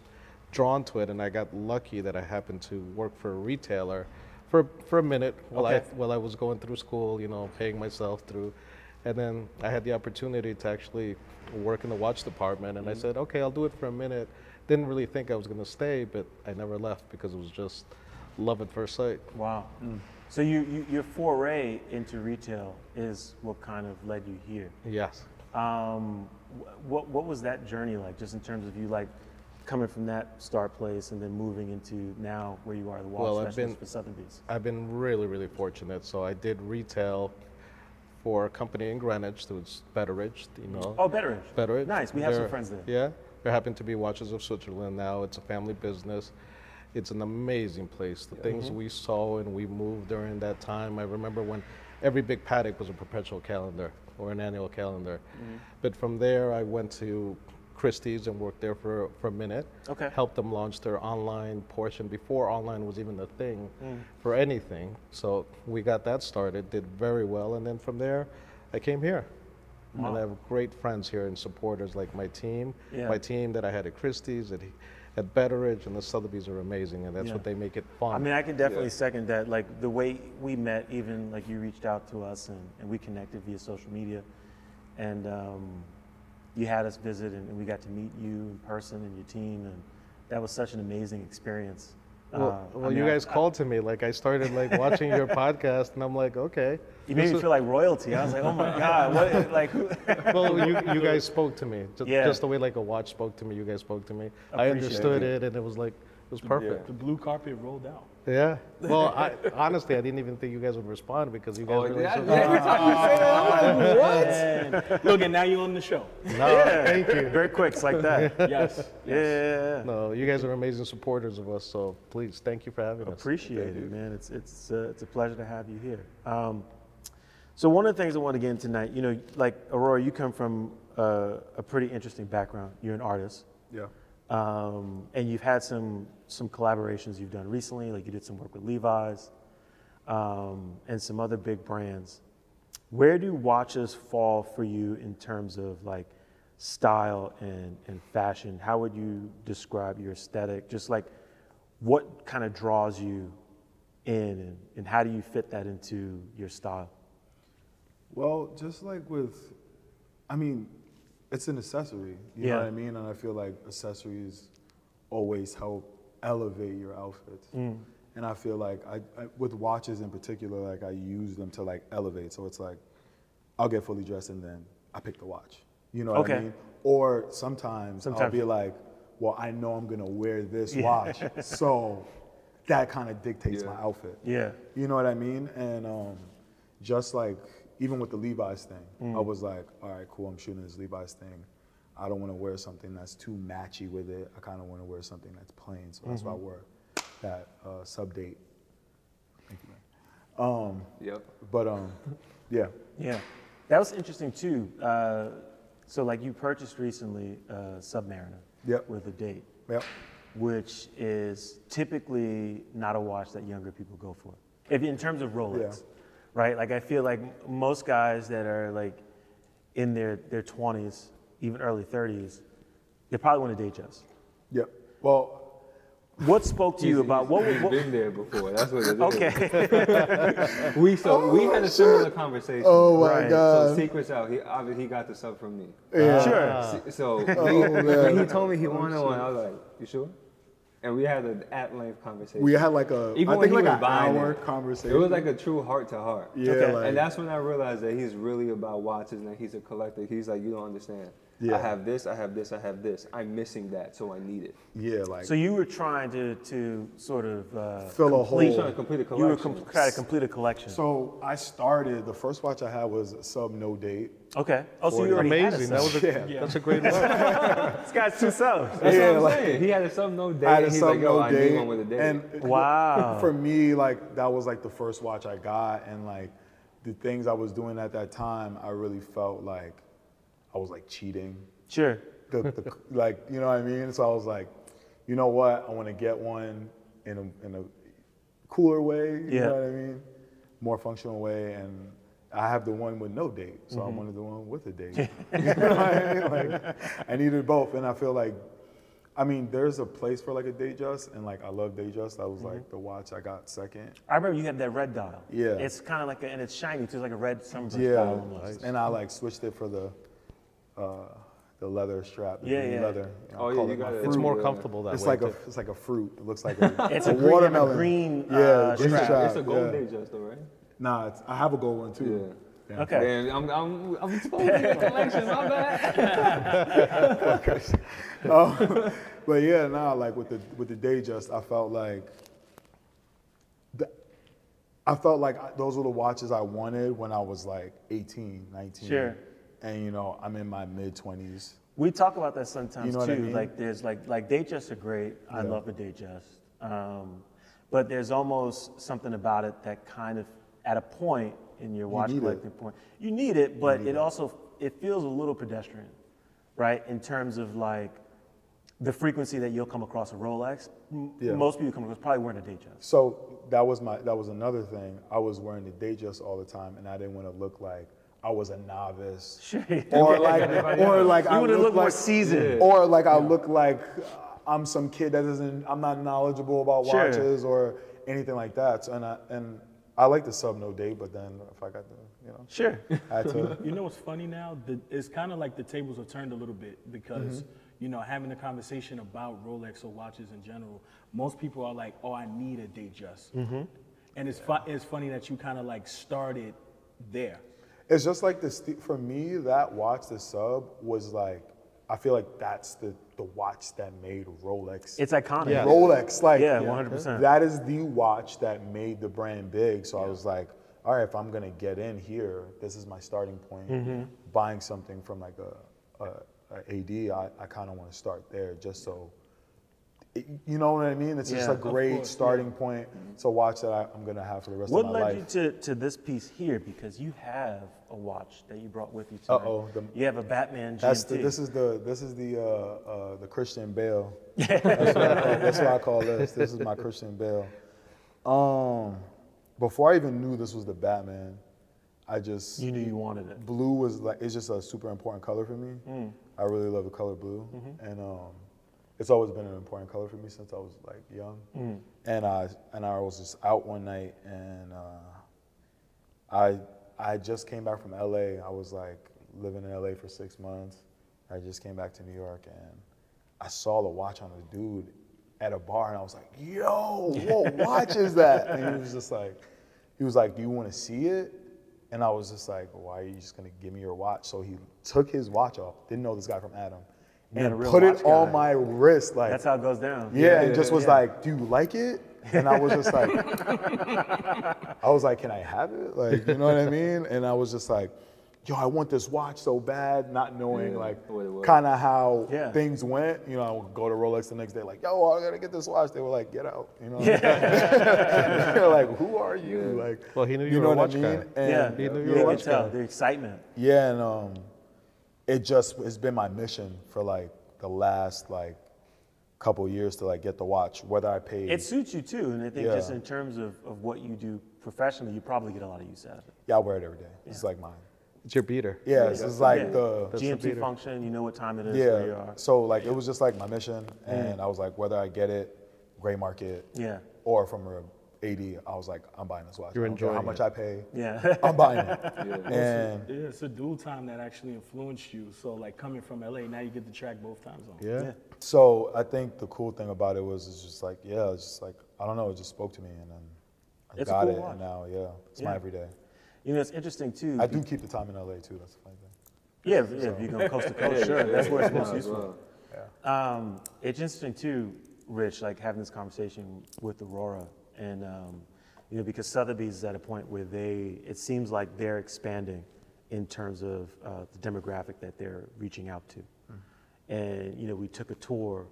Speaker 4: drawn to it and I got lucky that I happened to work for a retailer for for a minute while
Speaker 2: Okay.
Speaker 4: I while I was going through school, you know, paying myself through and then I had the opportunity to actually work in the watch department and I said, "Okay, I'll do it for a minute." Didn't really think I was going to stay, but I never left because it was just love at first sight.
Speaker 2: Wow.
Speaker 4: Mm.
Speaker 2: So you, you, your foray into retail is what kind of led you here.
Speaker 4: Yes.
Speaker 2: Um, wh- what, what was that journey like, just in terms of you like coming from that start place and then moving into now where you are, the watch
Speaker 4: Well, I've
Speaker 2: specialist
Speaker 4: been-
Speaker 2: for Sotheby's?
Speaker 4: I've been really, really fortunate. So I did retail for a company in Greenwich, so it's Betteridge, you know.
Speaker 2: Oh, Betteridge.
Speaker 4: Betteridge.
Speaker 2: Nice. We have some
Speaker 4: They're-
Speaker 2: friends there.
Speaker 4: Yeah. There happen to be Watches of Switzerland now. It's a family business. It's an amazing place. The things
Speaker 2: Mm-hmm.
Speaker 4: we saw and we moved during that time. I remember when every big paddock was a perpetual calendar or an annual calendar.
Speaker 2: Mm-hmm.
Speaker 4: But from there, I went to Christie's and worked there for, for a minute.
Speaker 2: Okay.
Speaker 4: Helped them launch their online portion before online was even a thing
Speaker 2: Mm.
Speaker 4: for anything. So we got that started, did very well. And then from there, I came here. And I have great friends here and supporters like my team,
Speaker 2: Yeah.
Speaker 4: my team that I had at Christie's, at, at Betteridge, and the Sotheby's are amazing, and that's
Speaker 2: Yeah.
Speaker 4: what they make it fun.
Speaker 2: I mean, I can definitely second that. Like the way we met, even like you reached out to us and, and we connected via social media, and um, you had us visit and, and we got to meet you in person and your team, and that was such an amazing experience.
Speaker 4: well,
Speaker 2: Uh, I
Speaker 4: well,
Speaker 2: mean,
Speaker 4: you
Speaker 2: I-
Speaker 4: guys called to me. Like I started like
Speaker 2: [LAUGHS]
Speaker 4: watching your podcast, and I'm like, okay.
Speaker 2: you made
Speaker 4: this
Speaker 2: me
Speaker 4: is-
Speaker 2: feel like royalty. I was like, oh
Speaker 4: [LAUGHS]
Speaker 2: my god, what? Like, [LAUGHS] who-
Speaker 4: well,
Speaker 2: [LAUGHS]
Speaker 4: you, you guys spoke to me. Just,
Speaker 2: Yeah.
Speaker 4: just the way like a watch spoke to me, you guys spoke to me. I
Speaker 2: Appreciate
Speaker 4: understood it, and it was like it was perfect.
Speaker 3: The blue carpet rolled out.
Speaker 4: Yeah. Well, I, honestly, I didn't even think you guys would respond because you guys
Speaker 6: Oh,
Speaker 4: really.
Speaker 6: yeah,
Speaker 4: showed-
Speaker 6: yeah.
Speaker 3: [LAUGHS] Look, and now you're on the show.
Speaker 4: No, thank you.
Speaker 2: very quicks like
Speaker 4: [LAUGHS]
Speaker 2: that. Yeah,
Speaker 3: Yes.
Speaker 2: yeah, yeah, yeah.
Speaker 4: No, you guys are amazing supporters of us. So please, thank you for having us.
Speaker 2: Appreciate it, man. It's it's uh, it's a pleasure to have you here. Um, so one of the things I want to get in tonight, you know, like Aurora, you come from uh, a pretty interesting background. You're an artist,
Speaker 5: Yeah.
Speaker 2: um, and you've had some some collaborations you've done recently. Like you did some work with Levi's um, and some other big brands. Where do watches fall for you in terms of like style and, and fashion? How would you describe your aesthetic? Just like what kind of draws you in and, and how do you fit that into your style?
Speaker 5: Well, just like with, I mean, it's an accessory. You
Speaker 2: Yeah.
Speaker 5: know what I mean? And I feel like accessories always help elevate your outfits.
Speaker 2: Mm.
Speaker 5: And I feel like I, I, with watches in particular, like I use them to like elevate. So it's like, I'll get fully dressed and then I pick the watch. You know what
Speaker 2: Okay.
Speaker 5: I mean? Or sometimes, I'll
Speaker 2: Sometimes.
Speaker 5: be like, well, I know I'm gonna wear this watch,
Speaker 2: [LAUGHS]
Speaker 5: so that kind of dictates my outfit.
Speaker 2: Yeah.
Speaker 5: You know what I mean? And um, just like even with the Levi's thing, I was like, all right, cool, I'm shooting this Levi's thing. I don't want to wear something that's too matchy with it. I kind of want to wear something that's plain. So that's why I wore that uh, subdate. Thank you, man. Um,
Speaker 6: Yep.
Speaker 5: but um, yeah,
Speaker 2: Yeah, that was interesting too. Uh, so, like, you purchased recently uh, Submariner
Speaker 5: Yep.
Speaker 2: with a date,
Speaker 5: Yep.
Speaker 2: which is typically not a watch that younger people go for, if in terms of Rolex,
Speaker 5: Yeah.
Speaker 2: right? Like, I feel like m- most guys that are like in their their twenties, even early thirties, they probably want to date just.
Speaker 5: yep. Well,
Speaker 2: What spoke to you about what?
Speaker 6: He's
Speaker 2: what, what
Speaker 6: been there before. That's what it is.
Speaker 2: okay, [LAUGHS]
Speaker 6: We so we had a similar conversation.
Speaker 5: oh my
Speaker 2: Right, so
Speaker 5: God.
Speaker 6: So secrets out. He obviously he got the sub from me.
Speaker 2: sure.
Speaker 6: Se- So
Speaker 5: Oh,
Speaker 6: when, when he told me he wanted one, I was like, "You sure?" And we had an at-length conversation.
Speaker 5: we had like a,
Speaker 6: Even
Speaker 5: I
Speaker 6: when
Speaker 5: think
Speaker 6: he
Speaker 5: like
Speaker 6: was
Speaker 5: an
Speaker 6: buying
Speaker 5: hour
Speaker 6: it,
Speaker 5: conversation.
Speaker 6: It was like a true heart to heart.
Speaker 5: yeah,
Speaker 2: Okay.
Speaker 5: like,
Speaker 6: and that's when I realized that he's really about watches and that he's a collector. He's like, you don't understand.
Speaker 5: Yeah.
Speaker 6: I have this, I have this, I have this. I'm missing that, so I need it.
Speaker 5: Yeah, like
Speaker 2: So you were trying to, to sort of uh,
Speaker 5: fill a
Speaker 2: complete-
Speaker 5: hole.
Speaker 6: Trying to complete a
Speaker 2: You were
Speaker 6: collection.
Speaker 2: com- trying to complete a collection.
Speaker 5: So I started. The first watch I had was sub no date.
Speaker 2: okay. Oh, so you already had a
Speaker 4: Amazing.
Speaker 2: sub.
Speaker 4: That was a,
Speaker 5: [LAUGHS] Yeah.
Speaker 4: That's a great one.
Speaker 2: This guy's two subs.
Speaker 6: That's
Speaker 5: Yeah,
Speaker 6: what I'm
Speaker 5: like-
Speaker 6: saying. He had a sub no date.
Speaker 5: I had a
Speaker 6: and he's
Speaker 5: sub
Speaker 6: like, yo,
Speaker 5: no
Speaker 6: I
Speaker 5: date.
Speaker 6: need one with a date.
Speaker 5: And
Speaker 6: [LAUGHS]
Speaker 2: Wow.
Speaker 5: for me, like that was like the first watch I got, and like the things I was doing at that time, I really felt like I was like cheating.
Speaker 2: Sure.
Speaker 5: The, the, like you know what I mean. So I was like, you know what? I want to get one in a in a cooler way. You
Speaker 2: Yeah.
Speaker 5: know what I mean? More functional way, and I have the one with no date, so
Speaker 2: Mm-hmm.
Speaker 5: I wanted the one with a
Speaker 2: [LAUGHS]
Speaker 5: date. you know what I mean? Like I needed both, and I feel like. I mean, there's a place for like a day just, and like I love day just. That was
Speaker 2: Mm-hmm.
Speaker 5: like the watch I got second.
Speaker 2: I remember you had that red dial.
Speaker 5: Yeah.
Speaker 2: It's kind of like, a, and it's shiny too. It's like a red sunburst dial
Speaker 5: Yeah,
Speaker 2: almost.
Speaker 5: and I like switched it for the uh, the leather strap. the
Speaker 2: Yeah,
Speaker 5: green
Speaker 2: yeah.
Speaker 5: leather. I
Speaker 6: Oh, yeah,
Speaker 5: call
Speaker 6: you
Speaker 5: it my
Speaker 6: got it.
Speaker 5: fruit.
Speaker 4: It's more
Speaker 6: Yeah.
Speaker 4: comfortable that
Speaker 5: It's
Speaker 4: way.
Speaker 5: like a
Speaker 4: too.
Speaker 5: it's like a fruit. It looks like a,
Speaker 2: It's
Speaker 5: a,
Speaker 2: a green-
Speaker 5: watermelon.
Speaker 2: green,
Speaker 5: yeah,
Speaker 2: uh,
Speaker 5: green
Speaker 2: strap.
Speaker 5: strap.
Speaker 6: it's a gold
Speaker 5: yeah.
Speaker 6: date just though, right?
Speaker 5: Nah, it's, I have a gold one too.
Speaker 6: Yeah.
Speaker 2: Okay.
Speaker 6: Man, I'm, I'm, I'm exposing
Speaker 5: [LAUGHS]
Speaker 6: your collections. My bad.
Speaker 5: Um, but yeah, nah, like with the with the day just, I felt like the, I felt like I- those were the watches I wanted when I was like 18, 19.
Speaker 2: Sure.
Speaker 5: And you know, I'm in my mid 20s.
Speaker 2: We talk about that sometimes
Speaker 5: You know what
Speaker 2: too.
Speaker 5: I mean?
Speaker 2: Like there's like like day justs are great. I love a day just. Um, but there's almost something about it that kind of at a point in your watch
Speaker 5: need it.
Speaker 2: collecting point. You need it, but it also it feels a little pedestrian, right? In terms of like the frequency that you'll come across a Rolex. M-
Speaker 5: Yeah.
Speaker 2: Most people come across probably wearing a day just. [LAUGHS]
Speaker 5: So that was my that was another thing. I was wearing the day just all the time, and I didn't want to look like I was a novice, or like or like I
Speaker 2: You would've
Speaker 5: look
Speaker 2: looked more
Speaker 5: like-
Speaker 2: seasoned.
Speaker 5: or like I look like uh, I'm some kid that doesn't I'm not knowledgeable about
Speaker 2: Sure.
Speaker 5: watches or anything like that. So, and I and I like the sub no date, but then if I got the you
Speaker 2: [LAUGHS]
Speaker 5: know [LAUGHS]
Speaker 2: Sure.
Speaker 5: I had
Speaker 2: [LAUGHS]
Speaker 5: to
Speaker 3: You know what's funny now? The, it's kind of like the tables are turned a little bit because, you know, having a conversation about Rolex or watches in general, most people are like, oh, I need a day just. And it's, fu- it's funny that you kind of like started there.
Speaker 5: It's just like this for me. That watch, the sub, was like I feel like that's the the watch that made Rolex.
Speaker 2: It's iconic. Yeah.
Speaker 5: Rolex, like
Speaker 2: Yeah, 100%.
Speaker 5: That is the watch that made the brand big. So I was like, all right, if I'm gonna get in here, this is my starting point.
Speaker 2: Mm-hmm.
Speaker 5: Buying something from like a, a, a AD, I, I kind of want to start there, just so. it- You know what I mean? It's just
Speaker 2: Yeah, of
Speaker 5: a great
Speaker 3: course, yeah.
Speaker 5: starting point to watch that I, I'm gonna have for the rest
Speaker 2: What
Speaker 5: of my
Speaker 2: led
Speaker 5: life.
Speaker 2: you to, to this piece here? Because you have a watch that you brought with you tonight.
Speaker 5: Uh-oh, the-
Speaker 2: you have a Batman GMT.
Speaker 5: That's the, this is the this is the uh, uh, the Christian Bale.
Speaker 2: [LAUGHS]
Speaker 5: that's, what I call, that's what I call this. This is my Christian Bale. Um, before I even knew this was the Batman, I just
Speaker 2: you knew you wanted it.
Speaker 5: blue was like it's just a super important color for me.
Speaker 2: Hmm.
Speaker 5: I really love the color blue,
Speaker 2: Mm-hmm.
Speaker 5: and um, it's always been an important color for me since I was like young.
Speaker 2: Hmm.
Speaker 5: And I and I was just out one night, and uh, I I just came back from LA. I was like living in LA for six months. I just came back to New York, and I saw the watch on this dude at a bar, and I was like, "Yo,
Speaker 2: [LAUGHS]
Speaker 5: what watch is that?" And he was just like, he was like, "Do you want to see it?" And I was just like, why are you just gonna give me your watch? So he took his watch off, didn't know this guy from Adam,
Speaker 2: Man, a
Speaker 5: and
Speaker 2: real
Speaker 5: put it
Speaker 2: watch
Speaker 5: on
Speaker 2: guy.
Speaker 5: my wrist. Like,
Speaker 2: That's how it goes down.
Speaker 5: yeah, and just was like, do you like it? And I was just
Speaker 2: [LAUGHS]
Speaker 5: like, I was like, can I have it? Like, you know what I mean? And I was just like, yo, I want this watch so bad, not knowing
Speaker 6: Yeah,
Speaker 5: like
Speaker 6: what it was.
Speaker 5: kind of how
Speaker 2: Yeah.
Speaker 5: things went. You know, I would go to Rolex the next day, like, yo, I gotta get this watch. They were like, get out. You know, [LAUGHS] they're like, who are you? Like,
Speaker 4: Well, he knew you were a
Speaker 5: what
Speaker 4: watch guy.
Speaker 5: And,
Speaker 2: yeah.
Speaker 4: He knew you
Speaker 2: you
Speaker 4: were a
Speaker 2: can
Speaker 4: watch
Speaker 2: tell
Speaker 4: guy.
Speaker 2: the excitement.
Speaker 5: yeah, and um, it just it's been my mission for like the last like couple years to like get the watch, whether I paid.
Speaker 2: It suits you too, and I think
Speaker 5: Yeah.
Speaker 2: just in terms of, of what you do professionally, you probably get a lot of use out of it.
Speaker 5: yeah, I wear it every day. It's like mine.
Speaker 4: It's your beater.
Speaker 5: Yeah, it's, it's like
Speaker 2: Yeah.
Speaker 5: the
Speaker 4: the
Speaker 2: GMT
Speaker 4: beater.
Speaker 2: function, you know what time it is, where you
Speaker 5: yeah.
Speaker 2: are. Mm.
Speaker 5: So like it was just like my mission, and I was like whether I get it, gray market,
Speaker 2: Yeah.
Speaker 5: or from a AD, I was like I'm buying this watch.
Speaker 4: You're
Speaker 5: I don't care how
Speaker 4: enjoying
Speaker 5: much
Speaker 4: it.
Speaker 5: I pay.
Speaker 2: [LAUGHS] Yeah.
Speaker 5: I'm buying it. And
Speaker 3: Yeah, it's a dual time that actually influenced you. So, like, coming from LA, now you get to track both time zones.
Speaker 4: Yeah.
Speaker 2: [LAUGHS]
Speaker 5: So I think the cool thing about it was it's just like yeah, it's just like I don't know, it just spoke to me, and then I
Speaker 2: It's a
Speaker 5: got
Speaker 2: cool
Speaker 5: it,
Speaker 2: watch.
Speaker 5: and now yeah, it's
Speaker 2: Yeah.
Speaker 5: my everyday.
Speaker 2: you know, it's interesting too.
Speaker 5: I do keep the time in LA too. That's the funny thing.
Speaker 2: Yeah, if, if you're going
Speaker 5: [LAUGHS]
Speaker 2: coast to coast, sure. That's where it's most useful. Um, it's interesting too, Rich, like having this conversation with Aurora, and um, you know, because Sotheby's is at a point where they, it seems like they're expanding in terms of uh, the demographic that they're reaching out to, and you know, we took a tour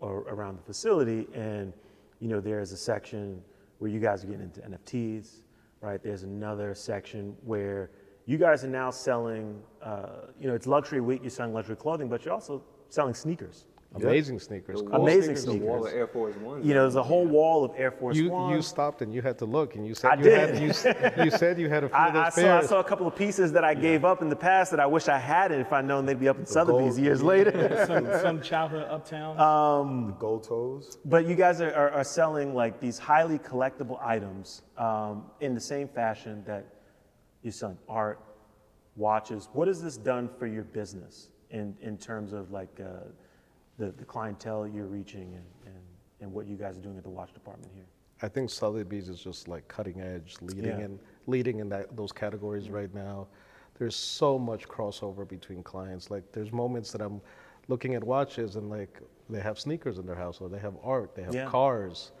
Speaker 2: or, around the facility, and you know, there's a section where you guys are getting into NFTs, right? There's another section where you guys are now selling, uh, you know, it's luxury week, you're selling luxury clothing, but you're also selling sneakers.
Speaker 4: Amazing sneakers.
Speaker 6: The
Speaker 4: cool
Speaker 6: wall-
Speaker 2: Amazing
Speaker 6: The wall of
Speaker 2: sneakers.
Speaker 6: Air Force One.
Speaker 2: You know, there's a whole wall of Air Force
Speaker 4: You, you
Speaker 2: Ones.
Speaker 4: stopped and you had to look and you
Speaker 2: I
Speaker 4: said you
Speaker 2: did.
Speaker 4: had you, s- you said you had a
Speaker 2: [LAUGHS]
Speaker 4: few of
Speaker 2: I, I,
Speaker 4: those
Speaker 2: saw, I
Speaker 4: pairs.
Speaker 2: saw a couple of pieces that I gave up in the past that I wish I had, and if I'd known they'd be up in Sotheby's years
Speaker 4: [LAUGHS]
Speaker 2: later.
Speaker 3: some, some childhood uptown.
Speaker 5: Gold toes.
Speaker 2: but you guys are, are, are selling like these highly collectible items um, in the same fashion that you're selling art, watches. What has this done for your business in, in terms of like uh, the, the clientele you're reaching and, and, and what you guys are doing at the watch department here?
Speaker 4: I think Sotheby's is just like cutting edge, leading
Speaker 2: Yeah.
Speaker 4: in leading in that those categories right now. There's so much crossover between clients. Like there's moments that I'm looking at watches and like they have sneakers in their house or they have art, they have
Speaker 2: Yeah.
Speaker 4: cars,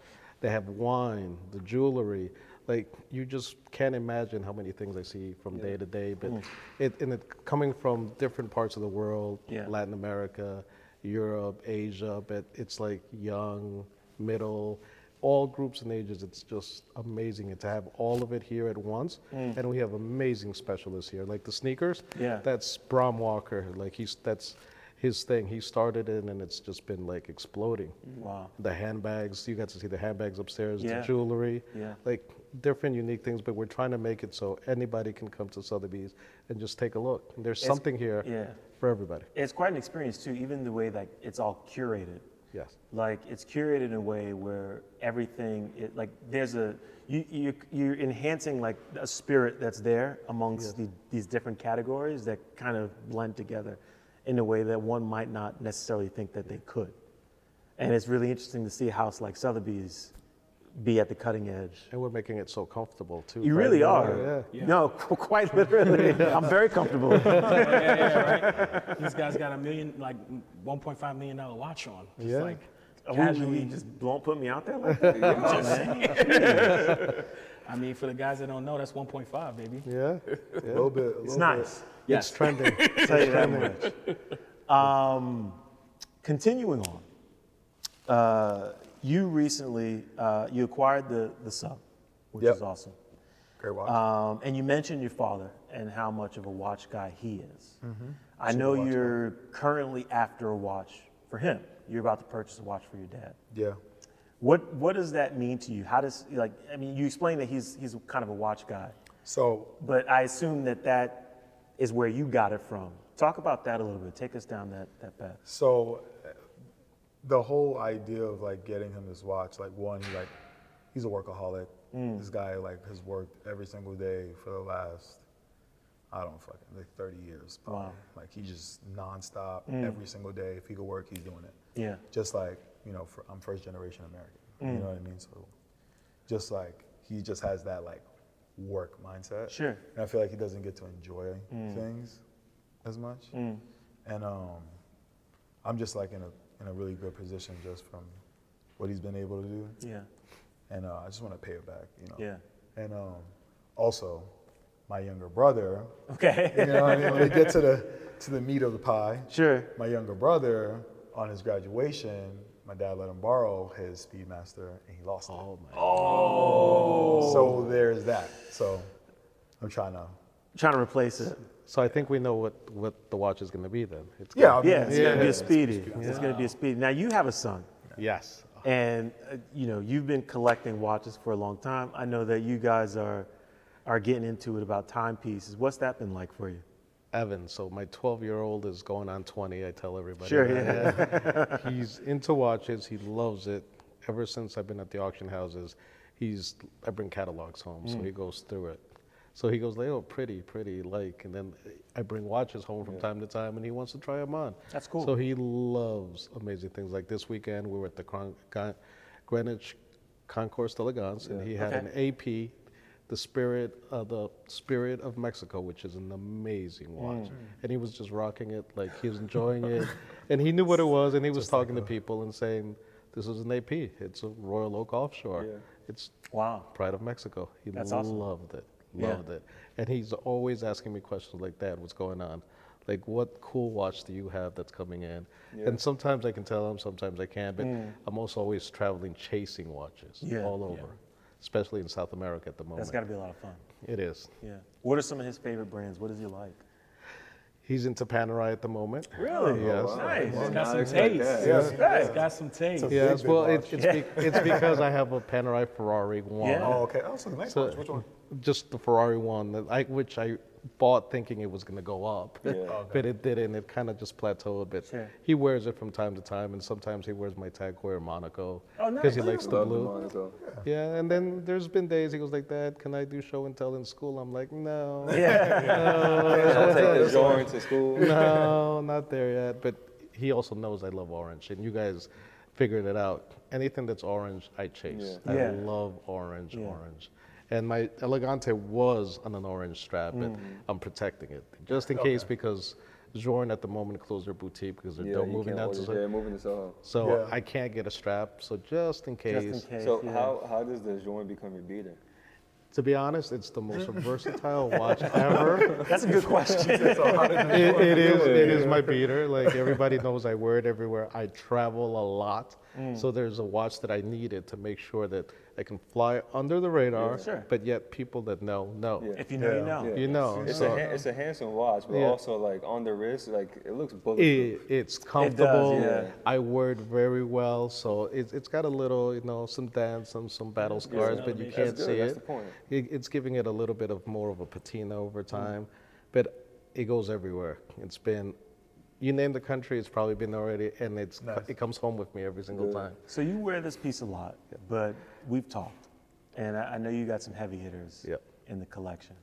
Speaker 4: they have wine, the jewelry. Like you just can't imagine how many things I see from day to day. But it and it coming from different parts of the world,
Speaker 2: Yeah.
Speaker 4: Latin America, Europe, Asia, but it's like young, middle, all groups and ages. It's just amazing and to have all of it here at once. And we have amazing specialists here, like the sneakers.
Speaker 2: Yeah.
Speaker 4: That's Brom Walker. Like he's that's his thing. He started it and it's just been like exploding.
Speaker 2: Wow.
Speaker 4: The handbags, you got to see the handbags upstairs,
Speaker 2: Mm-hmm. Yeah.
Speaker 4: the jewelry.
Speaker 2: Yeah.
Speaker 4: Like different unique things, but we're trying to make it so anybody can come to Sotheby's and just take a look. There's something here
Speaker 2: yeah.
Speaker 4: for everybody.
Speaker 2: It's quite an experience too, even the way that it's all curated.
Speaker 4: Yes.
Speaker 2: Like it's curated in a way where everything, it, like there's a you you you're enhancing like a spirit that's there amongst the, these different categories that kind of blend together in a way that one might not necessarily think that they could. And it's really interesting to see a house like Sotheby's be at the cutting edge.
Speaker 4: And we're making it so comfortable too.
Speaker 2: You
Speaker 4: right
Speaker 2: really
Speaker 4: now.
Speaker 2: are. No, [LAUGHS] qu- quite
Speaker 4: [LAUGHS]
Speaker 2: literally. I'm very [LAUGHS] comfortable.
Speaker 6: [LAUGHS]
Speaker 3: This guy's got a million, like 1.5 million dollar watch on. Just
Speaker 4: Yeah.
Speaker 3: like
Speaker 2: Are we-
Speaker 3: casually.
Speaker 2: you just won't put me out there like that?
Speaker 6: Oh, [LAUGHS]
Speaker 3: I mean, for the guys that don't know, that's 1.5, baby.
Speaker 2: [LAUGHS]
Speaker 4: Yeah. yeah.
Speaker 5: A little bit. a
Speaker 2: It's
Speaker 5: little
Speaker 2: nice. [LAUGHS]
Speaker 4: It's trending.
Speaker 2: tell you that much. Um, continuing on, uh, you recently uh, you acquired the the sub, which
Speaker 5: Yep.
Speaker 2: is awesome.
Speaker 5: bit. Great watch.
Speaker 2: Um, and you mentioned your father and how much of a watch guy he is. I know you're currently after a watch for him. You're about to purchase a watch for your dad.
Speaker 5: yeah.
Speaker 2: What what does that mean to you? How does like I mean you explained that he's he's kind of a watch guy,
Speaker 5: So
Speaker 2: but I assume that that is where you got it from. Talk about that a little bit. Take us down that that path.
Speaker 5: So uh, the whole idea of like getting him this watch, like one, he like he's a workaholic.
Speaker 2: Mm.
Speaker 5: This guy like has worked every single day for the last I don't fucking like 30 years. Probably. Like he just nonstop every single day. If he could work, he's doing it.
Speaker 2: Mm. Yeah. Mm.
Speaker 5: Just like you know, for, I'm first generation American. You know what I mean? So just like he just has that like work mindset.
Speaker 2: Sure. Mm.
Speaker 5: And I feel like he doesn't get to enjoy things as much. And um, I'm just like in a in a really good position just from what he's been able to do.
Speaker 2: Yeah.
Speaker 5: And uh, I just want to pay it back, you know.
Speaker 2: Yeah.
Speaker 5: And um, also, my younger brother.
Speaker 3: [LAUGHS]
Speaker 5: You
Speaker 2: Okay.
Speaker 5: know, what I mean, when we get to the to the meat of the pie.
Speaker 2: sure.
Speaker 5: My younger brother, on his graduation, my dad let him borrow his Speedmaster, and he lost it. Oh my. Oh. So there's that. So I'm trying to.
Speaker 2: trying to replace it.
Speaker 4: So I think we know what, what the watch is going to be then. It's
Speaker 5: Yeah. I mean,
Speaker 2: Yeah, it's gonna be a speedy. It's gonna be a speedy. Now you have a son,
Speaker 4: gonna- yes.
Speaker 2: and uh, you know you've been collecting watches for a long time. I know that you guys are are getting into it about timepieces. What's that been like for you?
Speaker 4: Evan. So my 12 year old is going on 20. I tell everybody.
Speaker 2: Sure,
Speaker 4: that.
Speaker 2: [LAUGHS]
Speaker 4: He's into watches. He loves it. Ever since I've been at the auction houses, he's I bring catalogs home, so he
Speaker 2: Mm.
Speaker 4: goes through it. So he goes, like, oh, pretty, pretty, like, and then I bring watches home from time to time, and he wants to try them on.
Speaker 2: That's cool.
Speaker 4: So he loves amazing things. Like this weekend, we were at the Cron- Con- Greenwich Concourse d'Elegance, and he had
Speaker 2: Okay.
Speaker 4: an AP the spirit of the spirit of Mexico, which is an
Speaker 2: Mm.
Speaker 4: amazing watch. And he was just rocking it, like
Speaker 2: [LAUGHS]
Speaker 4: he was enjoying it, and he knew what it was, and he was talking to people and saying, "This is an AP. It's a Royal Oak Offshore.
Speaker 6: Yeah.
Speaker 4: It's
Speaker 2: Wow.
Speaker 4: Pride of Mexico. He
Speaker 2: That's awesome.
Speaker 4: loved it,
Speaker 2: Yeah.
Speaker 4: loved it, and he's always asking me questions like that. What's going on? Like, what cool watch do you have that's coming in? And sometimes I can tell him, sometimes I can't. But I'm also always traveling, chasing watches
Speaker 2: Mm. Yeah.
Speaker 4: all
Speaker 2: Yeah.
Speaker 4: over, especially in South America at the moment.
Speaker 2: That's got to be a lot of fun.
Speaker 4: It is.
Speaker 2: Yeah. What are some of his favorite brands? What does he like?
Speaker 4: He's into Panerai at the moment.
Speaker 2: Really? Oh,
Speaker 4: Yes.
Speaker 2: Nice.
Speaker 3: It's got some
Speaker 6: it's like
Speaker 3: taste.
Speaker 6: that.
Speaker 3: It's got some taste.
Speaker 4: Yes. Well, it, it's, be,
Speaker 2: [LAUGHS]
Speaker 4: it's because I have a Panerai Ferrari one.
Speaker 2: Yeah.
Speaker 7: Oh, okay. That was a nice
Speaker 4: So-
Speaker 7: watch. Which one?
Speaker 4: Just the Ferrari one, that I, which I bought thinking it was going to go up, [LAUGHS] but it didn't. It kind of just plateaued a bit.
Speaker 2: Sure.
Speaker 4: He wears it from time to time, and sometimes he wears my Tag Heuer Monaco
Speaker 2: Oh,
Speaker 4: because
Speaker 2: nice.
Speaker 4: he likes the
Speaker 6: Love the
Speaker 4: blue.
Speaker 6: Monaco.
Speaker 4: Yeah, and then there's been days he goes like, "Dad, can I do show and tell in school?" I'm like, "No."
Speaker 3: [LAUGHS]
Speaker 6: I'll take the drawing to
Speaker 4: [LAUGHS]
Speaker 6: school.
Speaker 4: no, not there yet. But he also knows I love orange, and you guys figured it out. Anything that's orange, I chase.
Speaker 2: Yeah.
Speaker 4: I
Speaker 2: Yeah.
Speaker 4: love orange,
Speaker 2: Yeah.
Speaker 4: orange. And my Elegante was on an orange strap, but I'm protecting it just in case because Jorn at the moment closed their boutique because they're
Speaker 6: Yeah,
Speaker 4: dope
Speaker 6: you
Speaker 4: moving
Speaker 6: can't
Speaker 4: out
Speaker 6: order-
Speaker 4: to
Speaker 6: yeah, moving to Soho.
Speaker 4: so
Speaker 7: Yeah.
Speaker 4: I can't get a strap. So just in case,
Speaker 2: Just in case.
Speaker 6: So
Speaker 2: yeah.
Speaker 6: how, how does the joint become your beater?
Speaker 4: to be honest, it's the most versatile watch ever.
Speaker 2: That's a good question.
Speaker 4: [LAUGHS] it, it is it is my beater. Like everybody knows I wear it everywhere. I travel a lot. So there's a watch that I needed to make sure that I can fly under the radar,
Speaker 2: Sure.
Speaker 4: but yet people that know know.
Speaker 6: Yeah.
Speaker 2: if you know, you know.
Speaker 6: Yeah.
Speaker 4: Oh, You know,
Speaker 6: It's a
Speaker 4: so
Speaker 6: ha- it's a handsome watch, but
Speaker 4: Yeah.
Speaker 6: also like on the wrist, like it looks
Speaker 4: it,
Speaker 6: bulletproof.
Speaker 4: it's comfortable.
Speaker 6: yeah.
Speaker 4: I wear it very well, so it's it's got a little, you know, some dance, some some battle scars, but you
Speaker 6: That's
Speaker 4: can't
Speaker 6: good,
Speaker 4: see
Speaker 6: that's
Speaker 4: it.
Speaker 6: the point.
Speaker 4: it. It's giving it a little bit of more of a patina over time, but it goes everywhere. It's been, you name the country, it's probably been already, and it's it comes home with me every single time.
Speaker 2: So you wear this piece a lot, but we've talked, and I, I know you got some heavy hitters
Speaker 4: Yep.
Speaker 2: in the collection,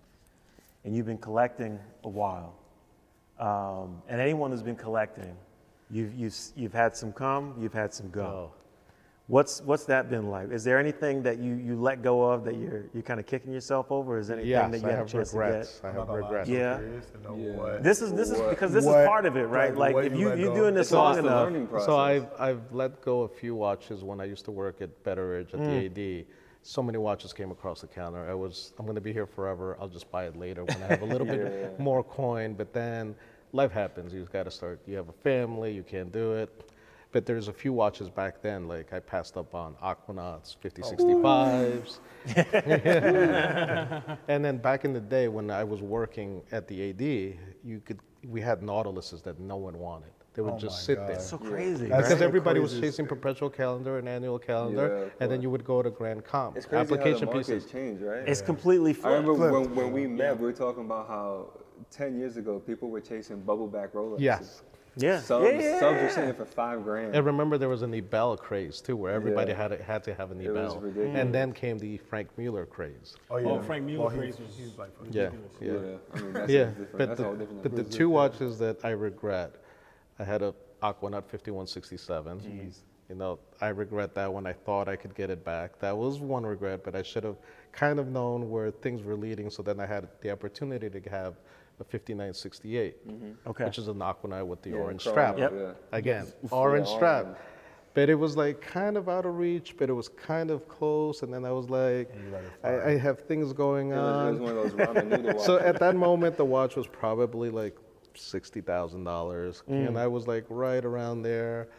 Speaker 2: and you've been collecting a while. Um, and anyone who's been collecting, you've, you've s- you've had some come, you've had some go. What's what's that been like? Is there anything that you, you let go of that you're you're kind of kicking yourself over? Is there anything
Speaker 4: Yes,
Speaker 2: that you
Speaker 4: I
Speaker 2: had a
Speaker 4: have
Speaker 2: chance
Speaker 4: regrets.
Speaker 2: to
Speaker 4: I
Speaker 7: I'm
Speaker 4: have
Speaker 7: not gonna lie,
Speaker 4: regrets.
Speaker 7: I'm
Speaker 2: Yeah.
Speaker 7: curious to know
Speaker 6: Yeah.
Speaker 7: what-
Speaker 2: get? This is this is
Speaker 6: What-
Speaker 2: because this
Speaker 5: what-
Speaker 2: is part of it, right?
Speaker 5: like,
Speaker 2: Like,
Speaker 5: what
Speaker 2: if
Speaker 5: you
Speaker 2: you
Speaker 5: let
Speaker 2: you're
Speaker 5: go
Speaker 2: doing this
Speaker 6: So
Speaker 2: long
Speaker 6: it's the
Speaker 2: enough,
Speaker 6: learning process.
Speaker 4: So I've, I've let go a few watches when I used to work at Betteridge at the AD. So many watches came across the counter. I was, I'm going to be here forever. I'll just buy it later when I have a little bit more coin. But then life happens. You've got to start, you have a family, you can't do it. But there's a few watches back then, like I passed up on Aquanauts 5065s. [LAUGHS] And then back in the day when I was working at the AD, you could we had Nautiluses that no one wanted. They would just sit there.
Speaker 2: it's so crazy.
Speaker 5: That's
Speaker 2: right?
Speaker 4: Because everybody was
Speaker 5: craziest
Speaker 4: chasing perpetual calendar and annual calendar,
Speaker 6: of
Speaker 4: and then you would go to Grand Comp.
Speaker 6: It's crazy how the
Speaker 4: Application
Speaker 6: market
Speaker 4: pieces.
Speaker 6: changed, right?
Speaker 2: It's completely
Speaker 6: I
Speaker 2: flipped.
Speaker 6: remember when, when we met, we were talking about how 10 years ago people were chasing bubble back Rolexes.
Speaker 4: Yes.
Speaker 2: Yeah.
Speaker 6: Some,
Speaker 2: yeah, yeah,
Speaker 6: some
Speaker 2: yeah,
Speaker 6: were
Speaker 2: yeah.
Speaker 6: sitting for five grand.
Speaker 4: And remember, there was an Ebel craze too, where everybody
Speaker 6: Yeah.
Speaker 4: had, to, had to have an
Speaker 6: It was
Speaker 4: Ebel.
Speaker 6: ridiculous.
Speaker 4: And then came the Frank Mueller craze.
Speaker 7: Oh, yeah.
Speaker 3: Oh, Frank Mueller
Speaker 7: Well, he-
Speaker 3: craze was-
Speaker 7: he's like,
Speaker 4: Yeah, yeah,
Speaker 6: yeah. I mean, that's
Speaker 4: yeah.
Speaker 6: different.
Speaker 4: But
Speaker 6: that's a whole
Speaker 4: the,
Speaker 6: different
Speaker 4: but the two watches that I regret, I had a Aquanaut 5167. You know, I regret that one. I thought I could get it back. That was one regret, but I should have kind of known where things were leading. So then I had the opportunity to have a 5968,
Speaker 2: Okay.
Speaker 4: which is an Aquanaut with the
Speaker 6: Mm-hmm. Yeah,
Speaker 4: orange
Speaker 6: chrome,
Speaker 4: strap.
Speaker 6: Yep. [LAUGHS] yeah.
Speaker 4: Again, orange strap.
Speaker 6: orange.
Speaker 4: But it was like kind of out of reach, but it was kind of close. And then I was like, I, I have things going
Speaker 6: It was, it
Speaker 4: on.
Speaker 6: was one of those ramen noodle watches.
Speaker 4: [LAUGHS] So at that moment, the watch was probably like sixty thousand dollars,
Speaker 6: Mm.
Speaker 4: and I was like right around there,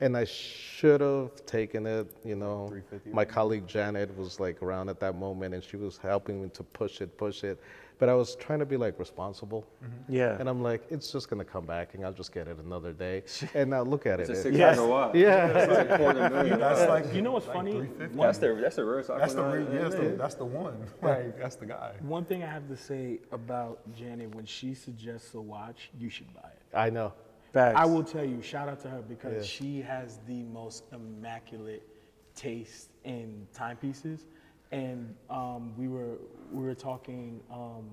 Speaker 4: and I should have taken it. You know, my colleague Janet was like around at that moment, and she was helping me to push it, push it, but I was trying to be like responsible.
Speaker 6: Mm-hmm.
Speaker 2: Yeah.
Speaker 4: And I'm like, it's just gonna come back, and I'll just get it another day.
Speaker 6: [LAUGHS]
Speaker 4: And now look at
Speaker 6: it's
Speaker 4: it.
Speaker 6: a
Speaker 4: it-
Speaker 6: six
Speaker 2: Yes.
Speaker 6: hundred watt.
Speaker 4: yeah.
Speaker 6: It's a quarter million.
Speaker 7: That's like
Speaker 3: You know what's funny?
Speaker 7: 350.
Speaker 6: that's the that's the rare sock.
Speaker 7: That's the
Speaker 6: one I-
Speaker 7: re- yeah, that's
Speaker 6: yeah.
Speaker 7: the that's the one. [LAUGHS] Like that's the guy.
Speaker 3: One thing I have to say about Janet, when she suggests a watch, you should buy it.
Speaker 4: I know.
Speaker 2: Facts.
Speaker 3: I will tell you, shout out to her because she has the most immaculate taste in timepieces. And um, we were we were talking um,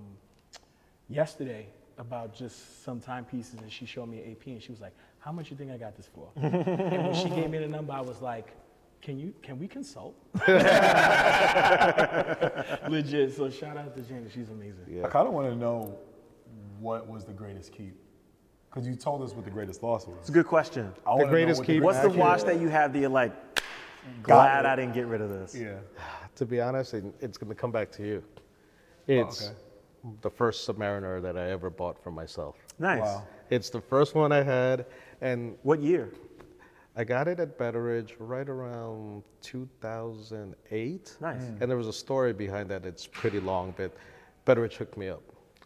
Speaker 3: yesterday about just some timepieces, and
Speaker 2: [LAUGHS]
Speaker 3: she showed me an AP, and she was like, "How much you think I got this for?" and when she gave me the number, I was like, Can you? Can we
Speaker 2: [LAUGHS]
Speaker 3: consult? Legit. So shout out to Jana. She's amazing.
Speaker 7: I kind of want to know what was the greatest keep, because you told us what the greatest loss was.
Speaker 2: It's a good question.
Speaker 7: I wanna know
Speaker 4: greatest
Speaker 7: what
Speaker 4: keep-
Speaker 2: What's the
Speaker 7: greatest
Speaker 2: watch
Speaker 7: keep-
Speaker 2: that you have that you're like, glad I didn't get rid of this?
Speaker 7: Yeah.
Speaker 4: [SIGHS] To be honest, it- it's going to come back to you.
Speaker 6: Oh,
Speaker 4: It's the first Submariner that I ever bought for myself.
Speaker 2: Nice.
Speaker 7: Wow.
Speaker 4: It's the first one I had, and
Speaker 2: What year?
Speaker 4: I got it at Betteridge right around 2008.
Speaker 2: Nice.
Speaker 4: And there was a story behind that. It's pretty long, but Betteridge hooked me up.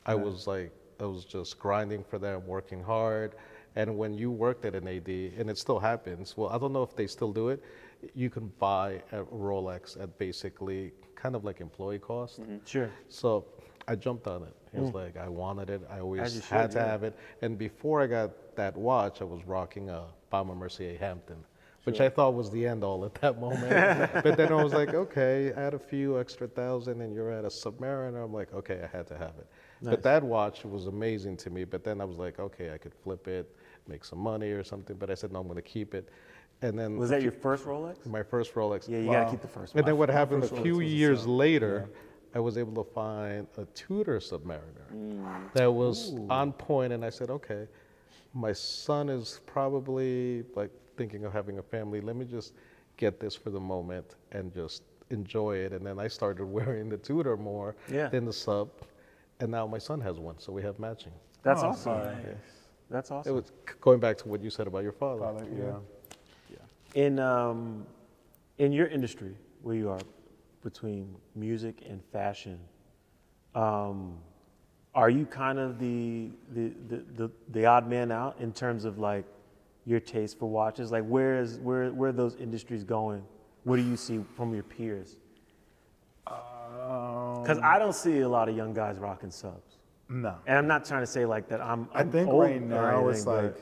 Speaker 4: I was like, I was just grinding for them, working hard. And when you worked at an AD, and it still happens, well, I don't know if they still do it, you can buy a Rolex at basically kind of like employee cost.
Speaker 2: Sure.
Speaker 4: So I jumped on it. It was like I wanted it.
Speaker 2: Hmm.
Speaker 4: I
Speaker 2: As
Speaker 4: always
Speaker 2: you
Speaker 4: had
Speaker 2: should,
Speaker 4: to
Speaker 2: yeah.
Speaker 4: have it. And before I got that watch, I was rocking a Bomber Mercier Hampton, which I thought was the end all at
Speaker 2: [LAUGHS]
Speaker 4: that moment. but then I was like, okay, add a few extra thousand, and you're at a Submariner. I'm like, okay, I had to have it. But that watch was amazing to me. But then I was like, okay, I could flip it, make some money or something. But I said, no, I'm going to keep it. And then
Speaker 2: Was that your first Rolex?
Speaker 4: my first Rolex?
Speaker 2: Yeah, you gotta keep the first one.
Speaker 4: And then what happened a few years later, I was able to find a Tudor Submariner
Speaker 2: Mm.
Speaker 4: that was on point, and I said, okay, my son is probably like thinking of having a family. Let me just get this for the moment and just enjoy it. And then I started [LAUGHS] wearing the Tudor more
Speaker 2: Yeah.
Speaker 4: than the sub, and now my son has one, so we have matching.
Speaker 2: That's awesome. That's awesome.
Speaker 4: It was going back to what you said about your father.
Speaker 7: Probably, yeah.
Speaker 2: in um, in your industry where you are between music and fashion um, are you kind of the the, the the the odd man out in terms of like your taste for watches like where is where where are those industries going what do you see from your peers because i don't see a lot of young guys rocking subs
Speaker 5: No.
Speaker 2: and i'm not trying to say like that i'm,
Speaker 5: I
Speaker 2: I'm
Speaker 5: think
Speaker 2: old
Speaker 5: right
Speaker 2: or
Speaker 5: now it's
Speaker 2: anything, but-
Speaker 5: like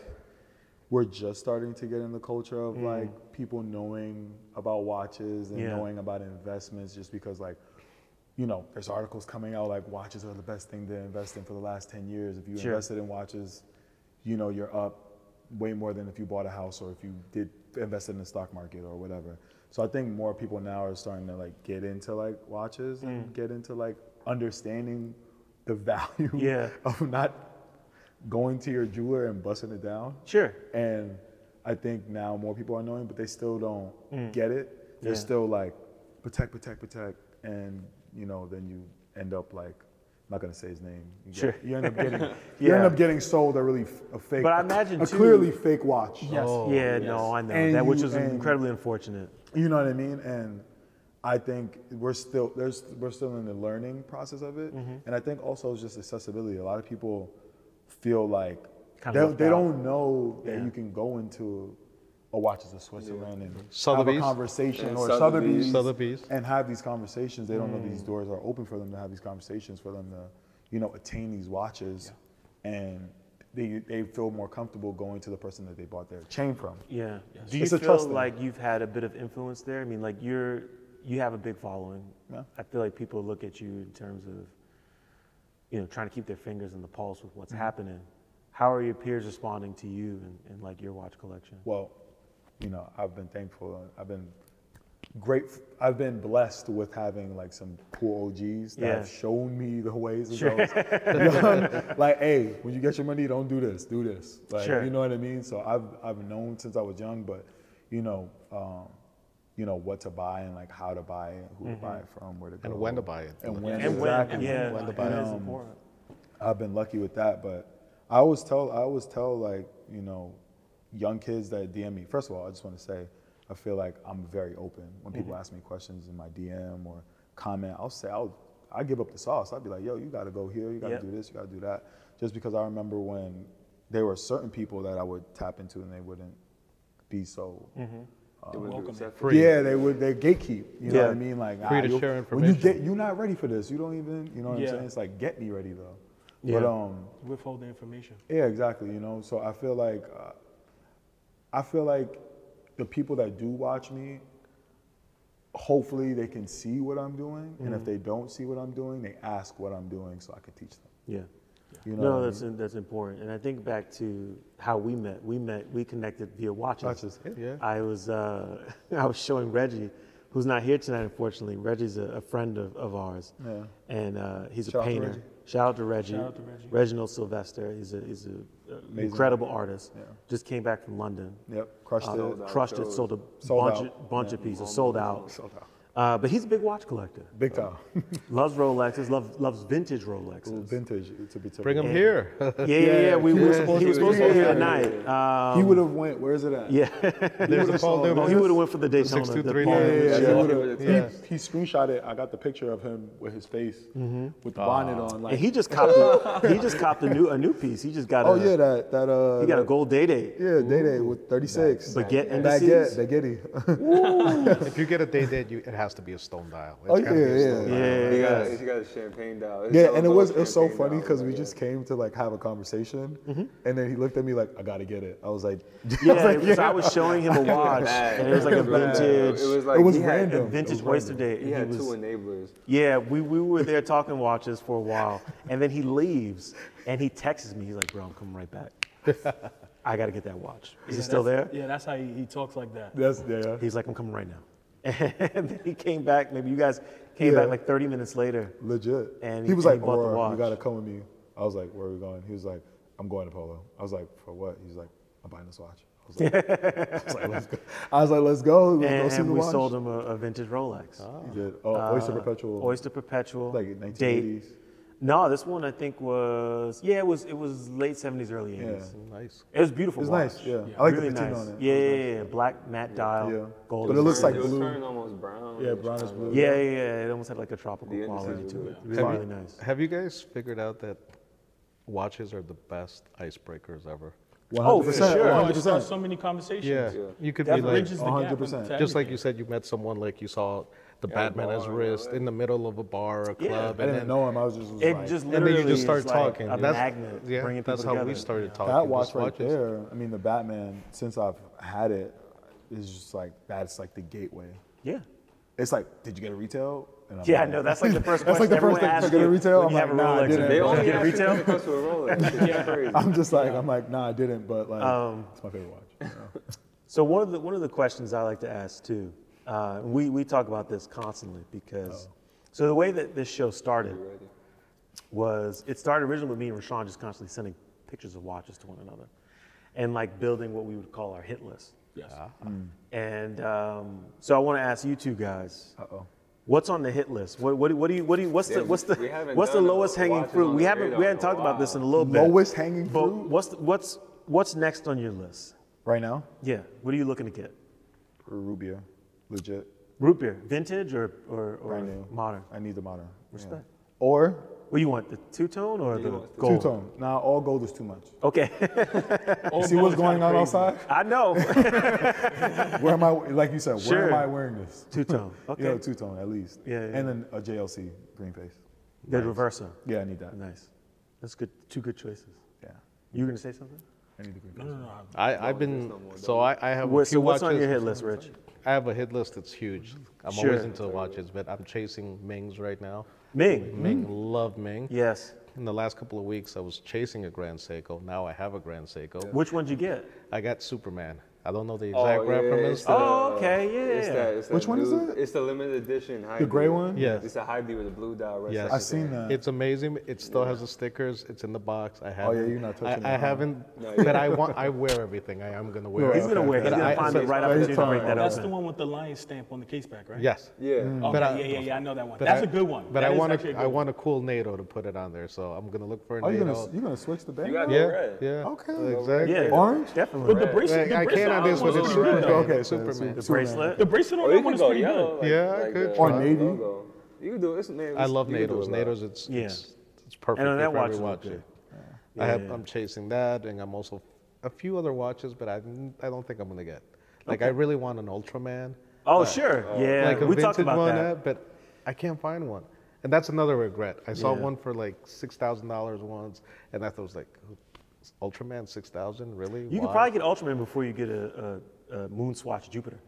Speaker 5: we're just starting to get in the culture of like people knowing about watches and
Speaker 2: Mm. Yeah.
Speaker 5: knowing about investments just because like you know there's articles coming out like watches are the best thing to invest in for the last 10 years if you
Speaker 2: Sure.
Speaker 5: invested in watches you know you're up way more than if you bought a house or if you did invested in the stock market or whatever so i think more people now are starting to like get into like watches
Speaker 2: Mm.
Speaker 5: and get into like understanding the [LAUGHS] value
Speaker 2: Yeah.
Speaker 5: of not going to your jeweler and busting it down.
Speaker 2: sure
Speaker 5: And I think now more people are knowing, but they still don't get it. They're
Speaker 2: Mm. Yeah.
Speaker 5: still like, protect, protect, protect. And, you know, then you end up like, I'm not gonna say his name. You get-
Speaker 2: Sure.
Speaker 5: You end up
Speaker 2: [LAUGHS]
Speaker 5: getting, you end up getting sold a really f- a fake,
Speaker 2: But I imagine,
Speaker 5: a
Speaker 2: too-
Speaker 5: clearly fake watch.
Speaker 3: Yes.
Speaker 2: yeah no i know
Speaker 5: And
Speaker 2: that which
Speaker 5: you-
Speaker 2: was
Speaker 5: and-
Speaker 2: incredibly unfortunate
Speaker 5: You know what I mean? And I think we're still there's we're still in the learning process of it.
Speaker 2: Mm-hmm.
Speaker 5: And I think also it's just accessibility. A lot of people feel like
Speaker 2: Kinda
Speaker 5: they,
Speaker 2: left
Speaker 5: they
Speaker 2: out.
Speaker 5: don't know that
Speaker 2: Yeah.
Speaker 5: you can go into a watches of Switzerland and
Speaker 4: Sotheby's.
Speaker 5: have a conversation
Speaker 6: And
Speaker 5: or
Speaker 6: Sotheby's.
Speaker 5: Sotheby's,
Speaker 4: Sotheby's.
Speaker 5: and have these conversations. They don't know
Speaker 2: Mm.
Speaker 5: these doors are open for them to have these conversations for them to, you know, attain these watches, and they they feel more comfortable going to the person that they bought their chain from.
Speaker 2: Yeah. Do you
Speaker 5: It's a
Speaker 2: feel
Speaker 5: trust thing.
Speaker 2: like you've had a bit of influence there? I mean, like you're you have a big following.
Speaker 5: Yeah.
Speaker 2: I feel like people look at you in terms of you know trying to keep their fingers in the pulse with what's happening. How are your peers responding to you and, and like your watch collection?
Speaker 5: well, you know, I've been thankful. and I've been great. I've been blessed with having like some cool OGs that
Speaker 2: Yeah.
Speaker 5: have shown me the ways of
Speaker 2: [LAUGHS]
Speaker 5: those. You know what I mean? like, hey, when you get your money, don't do this, do this. Like,
Speaker 2: Sure.
Speaker 5: you know what I mean? So I've I've known since I was young, but you know, um, you know what to buy and like how to buy it, who to buy it from, where to go,
Speaker 4: And when to buy it.
Speaker 5: and when
Speaker 2: Mm-hmm. And when,
Speaker 5: exactly.
Speaker 2: yeah,
Speaker 4: when the
Speaker 2: that
Speaker 4: buyer-
Speaker 2: is important.
Speaker 5: I've been lucky with that, but I always tell I always tell like you know young kids that DM me. First of all, I just want to say I feel like I'm very open when people ask me questions in my DM or comment. I'll say I'll I give up the sauce. I'll be like, yo, you got to go here, you got to
Speaker 2: Yep.
Speaker 5: do this, you got to do that, just because I remember when there were certain people that I would tap into and they wouldn't be so
Speaker 6: It was accepted.
Speaker 5: yeah, they would they gatekeep. You know
Speaker 2: Yeah.
Speaker 5: what I mean? Like
Speaker 4: Free to
Speaker 5: you'll-
Speaker 4: share
Speaker 5: When you
Speaker 4: information.
Speaker 5: get you're not ready for this. You don't even you know what
Speaker 3: Yeah.
Speaker 5: I'm saying? It's like get me ready though. But
Speaker 2: Yeah.
Speaker 5: um
Speaker 3: Withhold the information.
Speaker 5: yeah, exactly. You know, so I feel like uh, I feel like the people that do watch me, hopefully they can
Speaker 4: Mm-hmm.
Speaker 5: see what I'm doing, and if they don't see what I'm doing, they ask what I'm doing so I can teach them.
Speaker 2: Yeah.
Speaker 5: You know, what I
Speaker 2: No,
Speaker 5: mean?
Speaker 2: that's in, that's important. And I think back to how we met. We met. We connected via watches.
Speaker 7: Watches, yeah. Yeah.
Speaker 2: I was uh, [LAUGHS] I was showing Reggie, who's not here tonight, unfortunately. Reggie's a, a friend of, of ours.
Speaker 5: Yeah.
Speaker 2: And uh, he's
Speaker 5: Shout
Speaker 2: a
Speaker 5: out to
Speaker 2: painter.
Speaker 5: Reggie.
Speaker 2: Shout out to Reggie.
Speaker 3: Shout out to Reggie.
Speaker 2: Reginald Sylvester. He's a he's a, uh, incredible artist. Just came back from London.
Speaker 5: yep, crushed
Speaker 2: Uh,
Speaker 5: it.
Speaker 6: out
Speaker 2: crushed it.
Speaker 6: shows.
Speaker 2: Sold a
Speaker 5: Sold
Speaker 2: bunch
Speaker 5: out.
Speaker 2: of bunch of pieces. Sold out. Sold out. Uh, but he's a big watch collector.
Speaker 4: [LAUGHS]
Speaker 5: Big time.
Speaker 2: Loves Rolexes. Loves loves vintage Rolexes.
Speaker 5: Vintage to be
Speaker 4: Bring
Speaker 2: [LAUGHS]
Speaker 4: them here.
Speaker 2: Yeah, yeah, yeah. We were
Speaker 5: Yeah.
Speaker 2: supposed, he was supposed to be here tonight. Um,
Speaker 5: he would have went. Where is it at?
Speaker 2: yeah,
Speaker 4: There's a Paul
Speaker 2: Oh,
Speaker 4: Newman.
Speaker 2: he would have went for the Daytona. The
Speaker 4: 623
Speaker 2: Paul
Speaker 4: Yeah,
Speaker 2: Newman.
Speaker 5: Yeah,
Speaker 6: Yeah.
Speaker 5: he would've-
Speaker 6: Yeah.
Speaker 5: he-
Speaker 4: Yeah.
Speaker 5: he screenshot it. I got the picture of him with his face
Speaker 2: Mm-hmm.
Speaker 5: with the bonnet on. Like,
Speaker 2: And he just copped. A, he just copped a new a new piece. He just got.
Speaker 5: oh
Speaker 2: a,
Speaker 5: yeah, that that uh.
Speaker 2: He got a
Speaker 5: that-
Speaker 2: gold day day.
Speaker 5: Yeah, Day Day with 36.
Speaker 2: Baguette indices.
Speaker 5: Baguette, baguette.
Speaker 4: if you get a day date, you, it has to be a stone dial. It's
Speaker 5: Oh,
Speaker 4: gotta be a
Speaker 5: yeah, yeah.
Speaker 4: stone
Speaker 2: Yeah,
Speaker 4: dial.
Speaker 6: He
Speaker 2: yeah,
Speaker 6: got, he got a champagne dial. It's
Speaker 5: Yeah,
Speaker 6: all
Speaker 5: and it
Speaker 6: about
Speaker 5: was it was so
Speaker 6: champagne
Speaker 5: funny
Speaker 6: dial,
Speaker 5: because we
Speaker 6: like,
Speaker 5: just came to like have a conversation, and then he looked at me like, "I gotta get it." I was like,
Speaker 2: Mm-hmm.
Speaker 5: [LAUGHS]
Speaker 2: yeah. yeah. So I was showing him a watch,
Speaker 6: bad.
Speaker 2: and it was like a
Speaker 6: It was bad.
Speaker 2: vintage.
Speaker 6: It was like
Speaker 5: It was
Speaker 6: he had-
Speaker 5: random.
Speaker 2: a vintage oyster day. and
Speaker 6: He had
Speaker 2: was-
Speaker 6: two enablers.
Speaker 2: Yeah, we, we were there talking watches for a while, and then he leaves and he texts me. He's like, "Bro, I'm coming right back. I got to get that watch. Is it
Speaker 3: Yeah,
Speaker 2: still there?"
Speaker 3: that's- Yeah, that's how he, he talks like that.
Speaker 5: "That's yeah."
Speaker 2: He's like, I'm coming right now.
Speaker 5: [LAUGHS]
Speaker 2: And then he came back. Maybe you guys came back
Speaker 5: Yeah.
Speaker 2: like 30 minutes later.
Speaker 5: Legit.
Speaker 2: And
Speaker 5: he was
Speaker 2: and
Speaker 5: like,
Speaker 2: he bought the
Speaker 5: "Aurora,
Speaker 2: watch."
Speaker 5: you gotta come with me." I was like, "Where are we going?" He was like, "I'm going to Polo." I was like, "For what?" He's like, "I'm buying this watch." I was like, [LAUGHS] I was like, "Let's go." I was like, "Let's go." Let's go
Speaker 2: And,
Speaker 5: see
Speaker 2: and
Speaker 5: the
Speaker 2: we
Speaker 5: watch.
Speaker 2: sold him a, a vintage Rolex. Uh,
Speaker 5: He did. Oh, Oyster Perpetual.
Speaker 2: Oyster Perpetual.
Speaker 5: Like in
Speaker 2: date.
Speaker 5: 1980s.
Speaker 2: No, this one I think was yeah, it was it was late 70s, early 80s.
Speaker 4: Nice.
Speaker 2: It was beautiful.
Speaker 5: It's
Speaker 2: watch.
Speaker 5: nice, yeah. I like the
Speaker 2: really
Speaker 5: patina
Speaker 2: nice.
Speaker 5: on it.
Speaker 2: Yeah, yeah, yeah, yeah. Black matte dial,
Speaker 5: Yeah.
Speaker 2: gold.
Speaker 5: But it looks
Speaker 2: accents.
Speaker 5: like
Speaker 6: it was
Speaker 5: blue.
Speaker 6: turning almost brown.
Speaker 5: Yeah,
Speaker 6: It was
Speaker 5: brown is
Speaker 6: kinda
Speaker 5: blue.
Speaker 6: like-
Speaker 2: Yeah, yeah, yeah. It almost had like a tropical
Speaker 6: The indices
Speaker 2: quality
Speaker 6: were
Speaker 2: to it.
Speaker 6: good.
Speaker 2: It was
Speaker 4: Have you-
Speaker 2: really nice.
Speaker 4: Have you guys figured out that watches are the best icebreakers ever?
Speaker 5: 100%,
Speaker 2: Oh, for sure.
Speaker 3: Oh, it
Speaker 5: 100%.
Speaker 3: starts so many conversations.
Speaker 4: Yeah. You could
Speaker 3: That
Speaker 4: be like,
Speaker 3: bridges the gap.
Speaker 5: 100%.
Speaker 3: to
Speaker 4: just like you
Speaker 3: everything.
Speaker 4: said, you met someone like you saw the Batman as
Speaker 6: bar, yeah,
Speaker 4: wrist
Speaker 6: yeah.
Speaker 4: in the middle of a bar or a
Speaker 2: Yeah.
Speaker 4: club.
Speaker 5: I
Speaker 4: and
Speaker 5: didn't
Speaker 4: then,
Speaker 5: know him. I was just was
Speaker 2: It
Speaker 5: like,
Speaker 2: just
Speaker 4: And then
Speaker 2: literally
Speaker 4: you just start
Speaker 2: is like
Speaker 4: talking.
Speaker 2: a
Speaker 4: that's,
Speaker 2: magnet
Speaker 4: yeah,
Speaker 2: bringing
Speaker 4: that's
Speaker 2: people
Speaker 4: how we
Speaker 2: together.
Speaker 4: started talking.
Speaker 5: that
Speaker 4: This
Speaker 5: watch right
Speaker 4: watch is-
Speaker 5: there. I mean, the Batman. Since I've had it, is just like that's like the gateway.
Speaker 2: Yeah.
Speaker 5: It's like, did you get a retail? And I'm
Speaker 2: Yeah, I
Speaker 5: like,
Speaker 2: know. That's
Speaker 5: [LAUGHS]
Speaker 2: like the first
Speaker 5: That's
Speaker 2: question
Speaker 5: like the
Speaker 2: everyone
Speaker 5: first thing.
Speaker 2: asks
Speaker 5: Did you get a retail?
Speaker 2: when
Speaker 5: I'm
Speaker 2: you have
Speaker 5: like,
Speaker 2: a
Speaker 5: nah, I
Speaker 2: Rolex.
Speaker 5: didn't.
Speaker 6: They
Speaker 5: Did
Speaker 6: only
Speaker 2: get
Speaker 6: asked
Speaker 2: retail?
Speaker 6: retail? It cost a Rolex. Yeah, crazy.
Speaker 5: [LAUGHS] I'm just like, I'm like, nah, I didn't. But like,
Speaker 2: Um,
Speaker 5: it's my favorite watch. you know?
Speaker 2: So one of the one of the questions I like to ask too, uh, we we talk about this constantly
Speaker 6: Oh.
Speaker 2: because, so the way that this show started was it started originally with me and Rashawn just constantly sending pictures of watches to one another, and like building what we would call our hit list. Mm.
Speaker 3: Yes.
Speaker 2: And um, so I want to ask you two guys.
Speaker 5: Uh-oh.
Speaker 2: What's on the hit list? What, what, do- what do you? What do you? What's
Speaker 6: Yeah,
Speaker 2: the? What's the?
Speaker 6: we haven't
Speaker 2: What's the
Speaker 6: done a
Speaker 2: lowest hanging
Speaker 6: watches
Speaker 2: fruit?
Speaker 6: on
Speaker 2: We
Speaker 6: the
Speaker 2: haven't.
Speaker 6: radar
Speaker 2: We
Speaker 6: in
Speaker 2: haven't
Speaker 6: a
Speaker 2: talked about this in a little bit.
Speaker 5: Lowest hanging
Speaker 2: But
Speaker 5: fruit
Speaker 2: what's the- what's what's next on your list?
Speaker 5: right now,
Speaker 2: Yeah. What are you looking to get?
Speaker 5: Rubia, legit,
Speaker 2: Root beer, vintage or or, or
Speaker 5: brand new,
Speaker 2: modern?
Speaker 5: I need the modern. yeah.
Speaker 2: Respect.
Speaker 5: Or
Speaker 2: What do you want? The two tone or the
Speaker 6: want the
Speaker 2: gold?
Speaker 5: two tone. Nah, all gold is too much.
Speaker 2: Okay.
Speaker 3: Old
Speaker 5: See
Speaker 3: Bill's kinda
Speaker 5: what's going on
Speaker 3: crazy.
Speaker 5: outside?
Speaker 2: [LAUGHS] I know.
Speaker 5: Where am I? Like you said, where
Speaker 2: Sure.
Speaker 5: am I wearing this?
Speaker 2: two tone. Okay.
Speaker 5: You know, two tone at least.
Speaker 2: Yeah, yeah,
Speaker 5: And then a JLC green face.
Speaker 2: the reverser.
Speaker 5: Yeah, I need that.
Speaker 2: Nice. That's good. Two good choices.
Speaker 5: Yeah,
Speaker 2: You were gonna say something?
Speaker 5: I need the green face.
Speaker 3: No, no, no.
Speaker 4: I, I've been so I, I have a
Speaker 2: What,
Speaker 4: few
Speaker 2: so what's
Speaker 4: watches.
Speaker 2: on your hit list, Rich?
Speaker 4: I have a hit list that's huge. I'm
Speaker 2: Sure.
Speaker 4: always into watches, but I'm chasing Ming's right now.
Speaker 2: Ming.
Speaker 4: Ming, love Ming.
Speaker 2: Yes.
Speaker 4: In the last couple of weeks, I was chasing a Grand Seiko. Now I have a Grand Seiko.
Speaker 2: Which one'd you get?
Speaker 4: I got Superman. I don't know the
Speaker 6: Oh,
Speaker 4: exact
Speaker 6: yeah,
Speaker 4: reference.
Speaker 6: it's
Speaker 4: but-
Speaker 2: Oh,
Speaker 6: the-
Speaker 2: okay, yeah.
Speaker 6: it's that- it's that
Speaker 5: Which one is
Speaker 6: blue-
Speaker 5: it?
Speaker 6: It's the limited edition. high
Speaker 5: The gray
Speaker 6: D.
Speaker 5: one?
Speaker 4: Yes.
Speaker 6: It's a high D with a blue dial. Right
Speaker 4: Yes.
Speaker 6: yes.
Speaker 5: I've seen that.
Speaker 4: It's amazing. It still has the stickers. It's in the box. I haven't.
Speaker 5: you're not
Speaker 4: I-
Speaker 5: touching
Speaker 4: I,
Speaker 5: it, huh?
Speaker 4: haven't.
Speaker 6: No,
Speaker 4: but I want. I wear everything. I am gonna wear.
Speaker 2: He's gonna
Speaker 4: it.
Speaker 2: wear. He's
Speaker 4: But
Speaker 2: gonna
Speaker 4: I-
Speaker 2: find the
Speaker 4: so-
Speaker 2: right
Speaker 5: Right
Speaker 2: opportunity to
Speaker 5: time.
Speaker 2: break that
Speaker 3: That's
Speaker 2: open.
Speaker 3: the one with the lion stamp on the case back, right?
Speaker 4: Yes.
Speaker 6: Yeah.
Speaker 3: Okay,
Speaker 5: Mm.
Speaker 4: But I-
Speaker 3: yeah, yeah, yeah. I know that one.
Speaker 4: But
Speaker 3: That's
Speaker 4: I-
Speaker 3: a good one.
Speaker 4: But
Speaker 3: That
Speaker 4: I
Speaker 3: is
Speaker 4: want
Speaker 3: actually a
Speaker 4: a, I
Speaker 3: good
Speaker 4: want a cool NATO to put it on there. So I'm gonna look for a
Speaker 5: Are Oh, you
Speaker 4: NATO.
Speaker 5: gonna you gonna switch the band?
Speaker 6: You got
Speaker 5: now?
Speaker 6: the
Speaker 4: Yeah,
Speaker 6: red.
Speaker 4: yeah.
Speaker 5: Okay.
Speaker 4: Exactly.
Speaker 2: Yeah.
Speaker 5: Orange?
Speaker 2: Definitely.
Speaker 3: But the bracelet,
Speaker 4: Like,
Speaker 3: the
Speaker 4: I
Speaker 3: bracelet
Speaker 4: can't on
Speaker 3: on
Speaker 4: this one.
Speaker 3: one
Speaker 4: It's
Speaker 3: is
Speaker 4: Superman.
Speaker 3: red.
Speaker 5: Okay, so
Speaker 4: Superman.
Speaker 5: it's-
Speaker 2: bracelet.
Speaker 3: The bracelet on
Speaker 6: Or Oh, you
Speaker 3: that one
Speaker 6: can
Speaker 3: is
Speaker 6: go
Speaker 3: pretty
Speaker 6: yellow.
Speaker 3: good.
Speaker 6: Like,
Speaker 4: Yeah, I
Speaker 6: like
Speaker 4: could
Speaker 6: the
Speaker 5: try. Or navy.
Speaker 6: logo. You can do it. It's, man,
Speaker 4: I love
Speaker 6: you can do
Speaker 4: NATOs.
Speaker 6: a lot.
Speaker 4: NATOs, it's
Speaker 2: Yeah.
Speaker 4: it's, it's perfect
Speaker 2: on that
Speaker 4: for
Speaker 2: watch
Speaker 4: every
Speaker 2: it look
Speaker 4: watch.
Speaker 2: good.
Speaker 4: I have,
Speaker 2: Yeah.
Speaker 4: I'm chasing that, and I'm also a few other watches, but I I don't think I'm gonna get. Like I really want an Ultraman,
Speaker 2: Oh, sure. Yeah.
Speaker 4: like a
Speaker 2: we talked
Speaker 4: vintage
Speaker 2: about
Speaker 4: one,
Speaker 2: that.
Speaker 4: uh, but I can't find one, and that's another regret. I saw
Speaker 2: Yeah.
Speaker 4: one for like six thousand dollars once, and I thought it was like, Ultraman six thousand, really?
Speaker 2: You
Speaker 4: Why?
Speaker 2: could probably get Ultraman before you get a, a, a Moon Swatch Jupiter.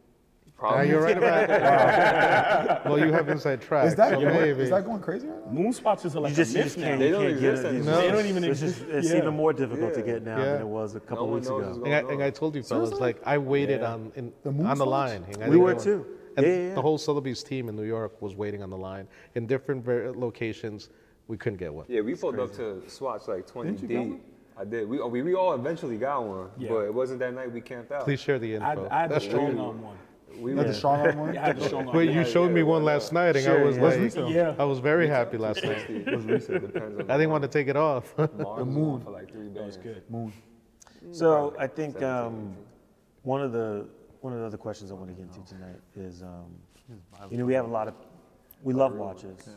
Speaker 8: Now
Speaker 9: Probably.
Speaker 8: you're right about that.
Speaker 4: [LAUGHS]
Speaker 8: Wow. well, you have inside track.
Speaker 5: Is that,
Speaker 8: so
Speaker 5: going-
Speaker 8: maybe.
Speaker 5: is that going crazy right now?
Speaker 3: Moon spots is like
Speaker 2: You just,
Speaker 3: a
Speaker 2: you just
Speaker 3: myth now.
Speaker 2: can't,
Speaker 6: They
Speaker 2: you
Speaker 6: don't
Speaker 2: can't get
Speaker 6: exist
Speaker 2: it. It's,
Speaker 8: anymore.
Speaker 3: They don't even
Speaker 2: it's just-
Speaker 3: exist.
Speaker 2: it's
Speaker 3: Yeah.
Speaker 2: even more difficult to
Speaker 6: Yeah.
Speaker 2: get now
Speaker 8: Yeah.
Speaker 2: than it was a couple
Speaker 6: No one
Speaker 2: weeks
Speaker 6: knows
Speaker 2: ago.
Speaker 6: what's
Speaker 4: And I, and I told you fellas, like I waited on in,
Speaker 5: moon
Speaker 4: on the
Speaker 5: slides?
Speaker 4: line. and I
Speaker 2: We
Speaker 4: didn't
Speaker 2: were
Speaker 4: go in.
Speaker 2: too.
Speaker 4: And
Speaker 2: Yeah, yeah, yeah.
Speaker 4: the whole Sotheby's team in New York was waiting on the line in different ver- locations. We couldn't get one.
Speaker 6: Yeah, we pulled up to Swatch like 20 deep. I did. We, we, we all eventually got one, but it wasn't that night we camped out.
Speaker 4: Please share the
Speaker 3: I,
Speaker 4: info.
Speaker 3: I had the
Speaker 4: That's true.
Speaker 3: strong arm one.
Speaker 6: We
Speaker 5: You had
Speaker 6: were-
Speaker 5: the
Speaker 6: [LAUGHS]
Speaker 5: strong arm
Speaker 3: [LAUGHS]
Speaker 5: one?
Speaker 3: Yeah, I had the strong arm.
Speaker 4: Wait,
Speaker 3: one.
Speaker 4: you showed me one last night, and I was
Speaker 2: yeah.
Speaker 4: like,
Speaker 3: Yeah.
Speaker 4: I was very happy last night.
Speaker 6: was recent, depends on
Speaker 4: I didn't want to take it off. [LAUGHS]
Speaker 6: the moon for like three days. That was
Speaker 3: good.
Speaker 2: So I think um, one of the one of the other questions I want to get into tonight is, um, you know, we have a lot of, we love watches.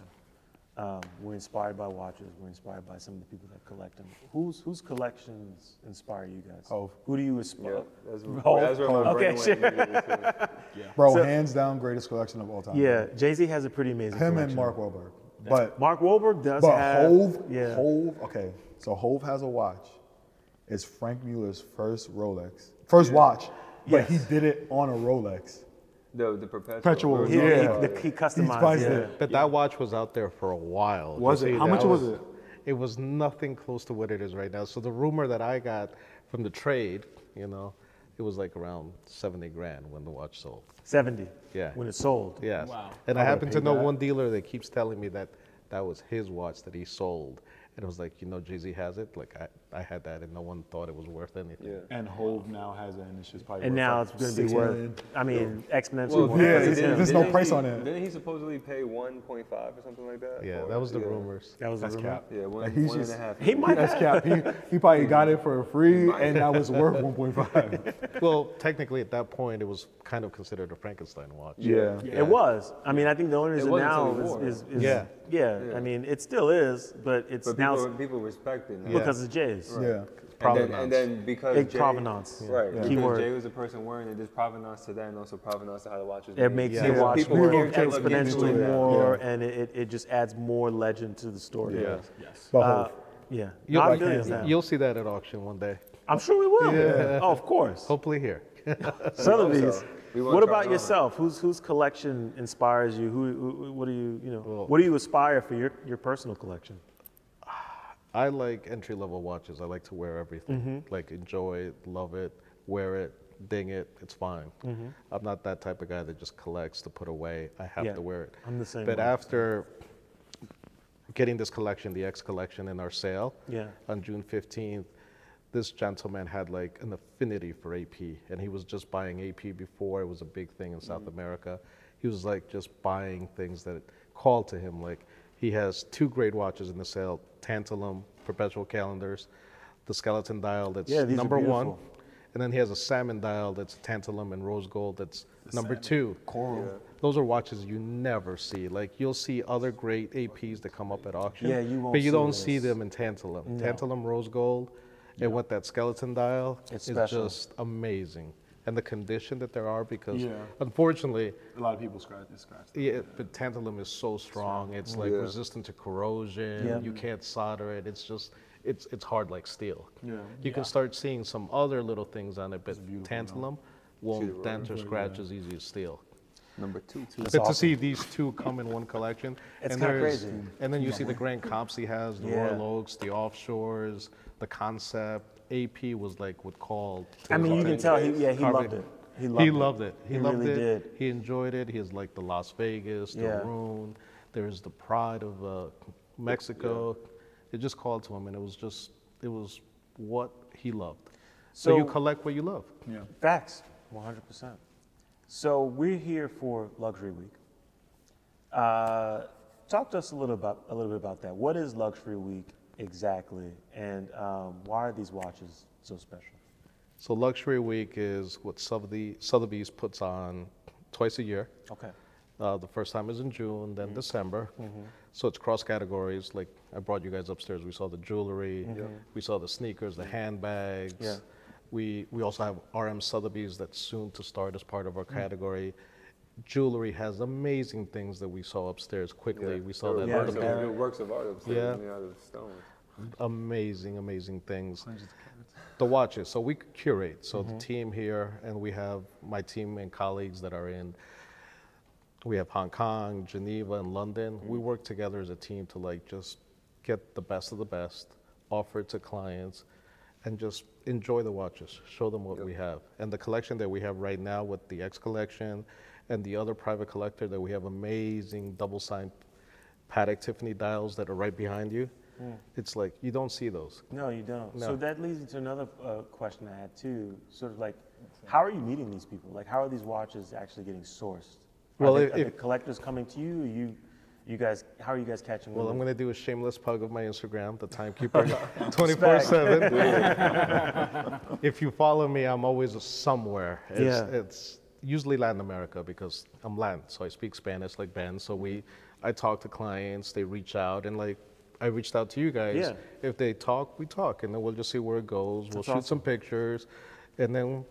Speaker 2: Um, we're inspired by watches. We're inspired by some of the people that collect them. Whose whose collections inspire you guys?
Speaker 6: Oh.
Speaker 5: Hove.
Speaker 2: Who do you inspire?
Speaker 6: Yeah, that's,
Speaker 2: Oh,
Speaker 6: that's where my
Speaker 2: okay,
Speaker 6: brain
Speaker 2: sure.
Speaker 6: went. immediately.
Speaker 5: Bro,
Speaker 2: So-
Speaker 5: hands down, greatest collection of all time.
Speaker 2: Yeah, Jay Z has a pretty amazing.
Speaker 5: Him and
Speaker 2: collection.
Speaker 5: Mark Wahlberg. But,
Speaker 2: Mark Wahlberg does
Speaker 5: but
Speaker 2: have.
Speaker 5: Hove,
Speaker 2: yeah.
Speaker 5: Hove, okay. So Hove has a watch. It's Frank Mueller's first Rolex. First watch.
Speaker 2: Yes.
Speaker 5: But he did it on a Rolex.
Speaker 6: The, the perpetual.
Speaker 5: Perpetual,
Speaker 2: He, he-
Speaker 5: Yeah.
Speaker 2: the- he customized
Speaker 5: spiced
Speaker 2: it.
Speaker 5: it.
Speaker 4: But that watch was out there for a while. to
Speaker 5: Was it?
Speaker 4: say
Speaker 5: How
Speaker 4: that
Speaker 5: much was it?
Speaker 4: It was nothing close to what it is right now. So the rumor that I got from the trade, you know, it was like around 70 grand when the watch sold.
Speaker 2: 70
Speaker 4: Yeah.
Speaker 2: when it sold.
Speaker 4: Yes. And I, happen to know one dealer that keeps telling me that that was his watch that he sold. And it was like, you know, Jay Z has it. Like, I, I had that and no one thought it was worth anything.
Speaker 6: Yeah.
Speaker 7: And Hove now has it, and it's just probably.
Speaker 2: And
Speaker 7: worth
Speaker 2: now
Speaker 7: like
Speaker 2: it's going to be
Speaker 5: 60
Speaker 2: worth,
Speaker 5: million.
Speaker 2: I mean, exponentially
Speaker 6: Well,
Speaker 2: more.
Speaker 5: Yeah,
Speaker 6: because
Speaker 5: it's-
Speaker 6: of him.
Speaker 5: there's no
Speaker 6: Didn't
Speaker 5: price
Speaker 6: he-
Speaker 5: on it.
Speaker 6: Didn't he supposedly pay 1.5 or something like that?
Speaker 4: Yeah,
Speaker 6: Or-
Speaker 4: that was the
Speaker 6: yeah.
Speaker 4: rumors.
Speaker 2: That was a rumor.
Speaker 6: Yeah, one, [LAUGHS]
Speaker 5: Like, he's
Speaker 6: one and a
Speaker 5: just-
Speaker 6: half.
Speaker 2: He might
Speaker 5: That's cap. He, he probably got it for free, and that was worth 1.5.
Speaker 4: Well, technically at that point, it was kind of considered a Frankenstein watch.
Speaker 5: Yeah.
Speaker 2: It was. I mean, I think the only reason
Speaker 6: wasn't
Speaker 2: now
Speaker 6: until the
Speaker 2: is, is,
Speaker 6: war.
Speaker 2: is
Speaker 4: Yeah.
Speaker 2: yeah, I mean, it still is, but it's
Speaker 6: But
Speaker 2: now
Speaker 6: people, people respect it. now.
Speaker 2: because of Jay's.
Speaker 5: Yeah.
Speaker 6: And then,
Speaker 4: Provenance.
Speaker 6: and then because
Speaker 2: Big
Speaker 6: Jay,
Speaker 2: provenance.
Speaker 6: Right.
Speaker 2: Yeah.
Speaker 6: Because
Speaker 2: Keyword.
Speaker 6: Jay was the person wearing it, there's provenance to that and also provenance to how the watch was
Speaker 2: It
Speaker 6: made.
Speaker 2: makes
Speaker 4: Yeah.
Speaker 2: the
Speaker 4: Yeah.
Speaker 2: watch
Speaker 6: People
Speaker 2: worth
Speaker 6: were getting into
Speaker 2: exponentially
Speaker 6: it.
Speaker 2: more, and it, it, it just adds more legend to the story.
Speaker 4: Yeah.
Speaker 5: But
Speaker 2: Uh,
Speaker 5: Hove.
Speaker 2: yeah.
Speaker 4: You'll,
Speaker 2: Not millions now.
Speaker 4: you'll see that at auction one day.
Speaker 2: I'm sure we will. Oh, of course.
Speaker 4: Hopefully here. [LAUGHS]
Speaker 2: Sotheby's.
Speaker 6: We want
Speaker 2: What
Speaker 6: Trump
Speaker 2: about
Speaker 6: on.
Speaker 2: yourself? Whose whose collection inspires you? Who, who what do you you know? what do you aspire for your, your personal collection?
Speaker 4: I like entry level watches. I like to wear everything.
Speaker 2: Mm-hmm.
Speaker 4: Like enjoy it, love it, wear it, ding it. It's fine.
Speaker 2: Mm-hmm.
Speaker 4: I'm not that type of guy that just collects to put away. I have
Speaker 2: Yeah,
Speaker 4: to wear it.
Speaker 2: I'm the same
Speaker 4: But
Speaker 2: way.
Speaker 4: after getting this collection, the X collection, in our sale
Speaker 2: Yeah.
Speaker 4: on June 15th, this gentleman had like an affinity for AP, and he was just buying AP before it was a big thing in South America. He was like just buying things that called to him. Like he has two great watches in the sale: tantalum perpetual calendars, the skeleton dial that's
Speaker 2: Yeah, these are
Speaker 4: number one,
Speaker 2: beautiful.
Speaker 4: and then he has a salmon dial that's tantalum and rose gold that's number two. Coral. Those are watches you never see. Like you'll see other great APs that come up at auction.
Speaker 2: Yeah, you won't
Speaker 4: But you
Speaker 2: see
Speaker 4: don't see
Speaker 2: those.
Speaker 4: them in tantalum. Tantalum rose gold, and what that skeleton dial
Speaker 2: It's
Speaker 4: is
Speaker 2: special.
Speaker 4: just amazing. And the condition that there are because
Speaker 7: Yeah.
Speaker 4: unfortunately,
Speaker 7: A lot of people scratch this scratch. that.
Speaker 4: yeah, but tantalum is so strong. It's like resistant to corrosion.
Speaker 2: Yeah.
Speaker 4: You can't solder it. It's just it's it's hard like steel.
Speaker 7: Yeah.
Speaker 4: You can start seeing some other little things on it, but tantalum won't dent or scratch as easy as steel.
Speaker 6: Number two.
Speaker 4: but to see these two come in one collection,
Speaker 2: It's
Speaker 4: and
Speaker 2: kinda
Speaker 4: there's-
Speaker 2: crazy.
Speaker 4: And then you see the Grand Comps he has, the
Speaker 2: Yeah.
Speaker 4: Royal Oaks, the Offshores, the Concept. AP was like what called. to
Speaker 2: I
Speaker 4: his
Speaker 2: mean, you
Speaker 4: heart.
Speaker 2: can tell he yeah he loved
Speaker 4: Carbon.
Speaker 2: it. He loved
Speaker 4: he
Speaker 2: it.
Speaker 4: loved it. He,
Speaker 2: He
Speaker 4: loved
Speaker 2: really
Speaker 4: it.
Speaker 2: did.
Speaker 4: He enjoyed it. He has like the Las Vegas, the
Speaker 2: Yeah.
Speaker 4: Rune. There's the pride of uh, Mexico. It just called to him, and it was just it was what he loved. So, you
Speaker 2: So-
Speaker 4: collect what you love.
Speaker 2: Facts, 100. percent So we're here for Luxury Week. Uh, talk to us a little about a little bit about that. What is Luxury Week exactly, and um, why are these watches so special?
Speaker 4: So Luxury Week is what Sotheby, Sotheby's puts on twice a year.
Speaker 2: Okay.
Speaker 4: Uh, the first time is in June, then December. So it's cross categories. Like I brought you guys upstairs. We saw the jewelry, we saw the sneakers, the handbags.
Speaker 2: Yeah.
Speaker 4: We we also have RM Sotheby's that's soon to start as part of our category. Jewelry has amazing things that we saw upstairs quickly. We saw that.
Speaker 6: Works
Speaker 4: on the
Speaker 6: of, works of art upstairs
Speaker 4: Yeah.
Speaker 6: made out of stone.
Speaker 4: amazing, amazing things. The watches. So we curate. So the team here, and we have my team and colleagues that are in. We have Hong Kong, Geneva, and London. We work together as a team to like just get the best of the best, offer it to clients, and just enjoy the watches. Show them what we have. And the collection that we have right now with the X collection and the other private collector that we have amazing double signed Patek Tiffany dials that are right behind you. It's like you don't see those.
Speaker 2: No, you don't.
Speaker 4: No.
Speaker 2: So that leads me to another uh, question I had too. Sort of like, how are you meeting these people? Like, how are these watches actually getting sourced? Are
Speaker 4: Well,
Speaker 2: they-
Speaker 4: if-
Speaker 2: are the
Speaker 4: if-
Speaker 2: collectors coming to you? Are you, you guys, how are you guys catching?
Speaker 4: Well, I'm
Speaker 2: women?
Speaker 4: going to do a shameless plug of my Instagram, the
Speaker 2: [LAUGHS]
Speaker 4: timekeeper 24 7. If you follow me, I'm always somewhere. It's,
Speaker 2: Yeah.
Speaker 4: it's usually Latin America because I'm Latin, so I speak Spanish like Ben. So we, I talk to clients, they reach out, and like I reached out to you guys.
Speaker 2: Yeah.
Speaker 4: If they talk, we talk, and then we'll just see where it goes. We'll shoot some pictures, and then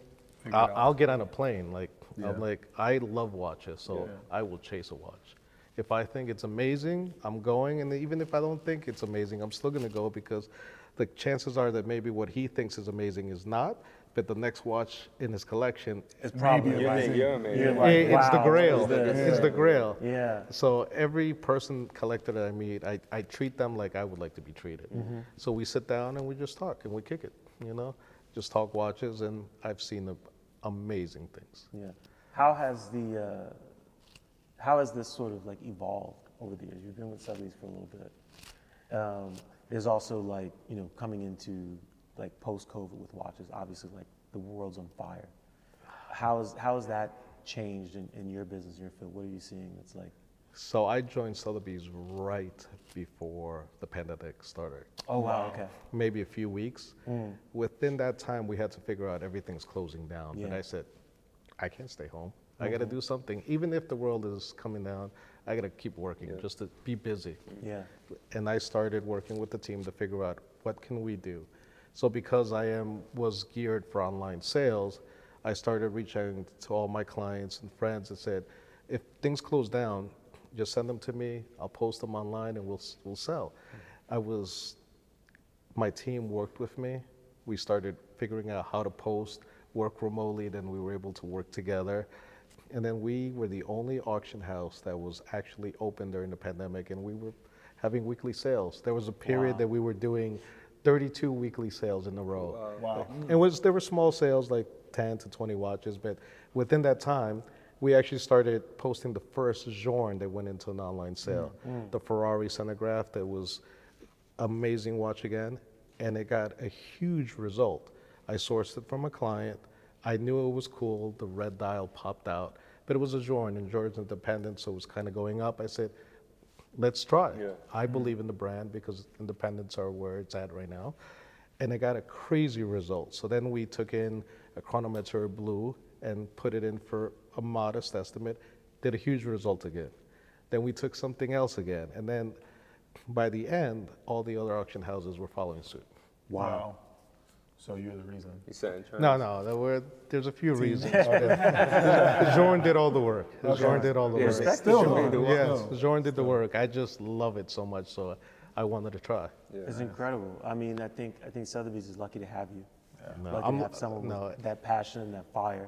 Speaker 4: I'll, I'll get on a plane. Like I'm like I love watches, so I will chase a watch. If I think it's amazing, I'm going, and even if I don't think it's amazing, I'm still gonna go because the chances are that maybe what he thinks is amazing is not. But the next watch in his collection,
Speaker 2: It's probably
Speaker 6: You're amazing. You're amazing.
Speaker 2: like,
Speaker 4: it- it's the
Speaker 2: wow,
Speaker 4: Grail.
Speaker 2: what is this?
Speaker 4: It's the Grail.
Speaker 2: Yeah.
Speaker 4: So every person collector that I meet, I, I treat them like I would like to be treated. So we sit down and we just talk and we kick it, you know, just talk watches and I've seen the amazing things.
Speaker 2: Yeah. How has the uh, how has this sort of like evolved over the years? You've been with Sotheby's for a little bit. Um, there's also like you know coming into like post-COVID with watches. Obviously, like the world's on fire. How is how has that changed in, in your business, your field? What are you seeing? That's like
Speaker 4: So I joined Sotheby's right before the pandemic started,
Speaker 2: oh wow, okay,
Speaker 4: maybe a few weeks. Within that time, we had to figure out everything's closing down. And
Speaker 2: Yeah.
Speaker 4: I said, I can't stay home. I got to do something. Even if the world is coming down, I got to keep working just to be busy.
Speaker 2: yeah,
Speaker 4: and I started working with the team to figure out what can we do. So because I am was geared for online sales, I started reaching to all my clients and friends and said, if things close down, just send them to me. I'll post them online and we'll s- we'll sell. I was my team worked with me. We started figuring out how to post, work remotely, then we were able to work together. And then we were the only auction house that was actually open during the pandemic, and we were having weekly sales. There was a period that we were doing 32 weekly sales in a row. Wow. And was, there were small sales, like 10 to 20 watches, but within that time, we actually started posting the first Jorn that went into an online sale. The Ferrari Senograph that was amazing watch again, and it got a huge result. I sourced it from a client. I knew it was cool. The red dial popped out, but it was a Jorn, and Jordan's independent, so it was kind of going up. I said, let's try. it."
Speaker 6: Yeah.
Speaker 4: I believe in the brand because independents are where it's at right now. And it got a crazy result. So then we took in a chronometer blue and put it in for a modest estimate, did a huge result again. Then we took something else again. And then by the end, all the other auction houses were following suit.
Speaker 7: Wow. So you're the reason.
Speaker 6: You said in
Speaker 4: No, no, there were, there's a few reasons. [LAUGHS] Jorn did all the work. Jorn did all the work.
Speaker 6: Respect
Speaker 7: Still not.
Speaker 4: Yes, Jorn did the work. I just love it so much, so I wanted to try.
Speaker 2: it's incredible. I mean, I think I think Sotheby's is lucky to have you.
Speaker 4: No,
Speaker 2: lucky
Speaker 4: I'm-
Speaker 2: to have someone
Speaker 4: no.
Speaker 2: with that passion and that fire.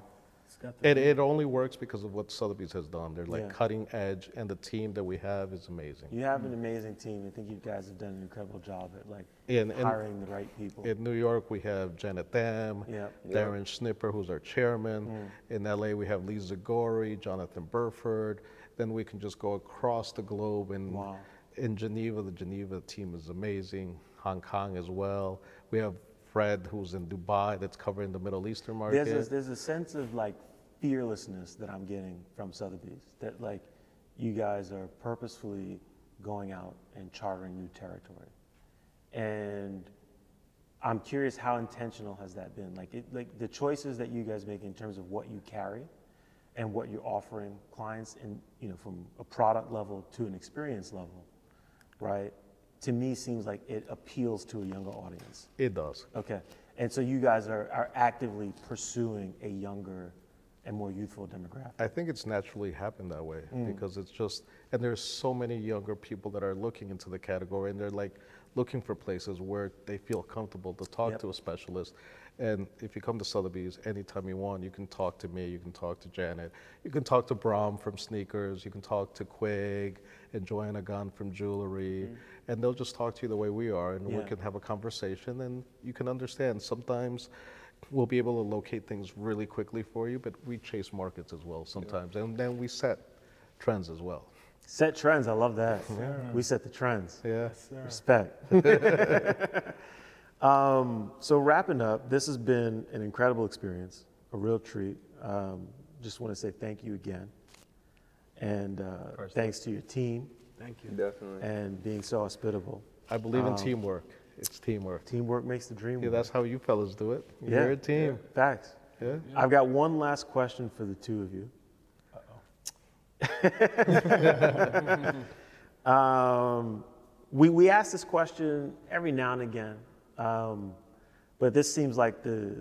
Speaker 4: It, it only works because of what Sotheby's has done. They're like
Speaker 2: Yeah.
Speaker 4: cutting edge, and the team that we have is amazing.
Speaker 2: You have an amazing team. I think you guys have done an incredible job at like
Speaker 4: And- and-
Speaker 2: hiring the right people.
Speaker 4: In New York, we have Janet Dam,
Speaker 2: Yeah.
Speaker 4: Darren Schnipper, who's our chairman. In LA, we have Lee Zagori, Jonathan Burford. Then we can just go across the globe. And
Speaker 2: Wow.
Speaker 4: in Geneva, the Geneva team is amazing. Hong Kong as well. We have Fred, who's in Dubai, that's covering the Middle Eastern market.
Speaker 2: There's a, there's a sense of like fearlessness that I'm getting from Sotheby's that like you guys are purposefully going out and charting new territory, and I'm curious how intentional has that been? Like it, like the choices that you guys make in terms of what you carry, and what you're offering clients, and you know from a product level to an experience level, right? To me, seems like it appeals to a younger audience.
Speaker 4: it does.
Speaker 2: Okay. And so you guys are, are actively pursuing a younger and more youthful demographic.
Speaker 4: I think it's naturally happened that
Speaker 2: Mm.
Speaker 4: way because it's just, and there's so many younger people that are looking into the category and they're like, looking for places where they feel comfortable to talk
Speaker 2: Yep.
Speaker 4: to a specialist. And if you come to Sotheby's anytime you want, you can talk to me, you can talk to Janet, you can talk to Brom from sneakers, you can talk to Quig and Joanna Gunn from jewelry, and they'll just talk to you the way we are, and we
Speaker 2: Mm. Yeah.
Speaker 4: can have a conversation, and you can understand. Sometimes we'll be able to locate things really quickly for you, but we chase markets as well sometimes, and then we set trends as well.
Speaker 2: Set trends. I love that. We set the trends.
Speaker 4: Yeah.
Speaker 2: Respect. [LAUGHS] um, so wrapping up, this has been an incredible experience, a real treat. Um, just want to say thank you again, and uh, thanks to your team
Speaker 6: Definitely.
Speaker 2: and being so hospitable.
Speaker 4: I believe
Speaker 2: Um,
Speaker 4: in teamwork. It's teamwork.
Speaker 2: Teamwork makes the dream
Speaker 4: Yeah,
Speaker 2: work.
Speaker 4: that's how you fellas do it.
Speaker 2: Yeah.
Speaker 4: You're a team.
Speaker 2: Facts.
Speaker 4: Yeah.
Speaker 2: I've got one last question for the two of you. Uh-oh. [LAUGHS] um, we, we ask this question every now and again, um, but this seems like the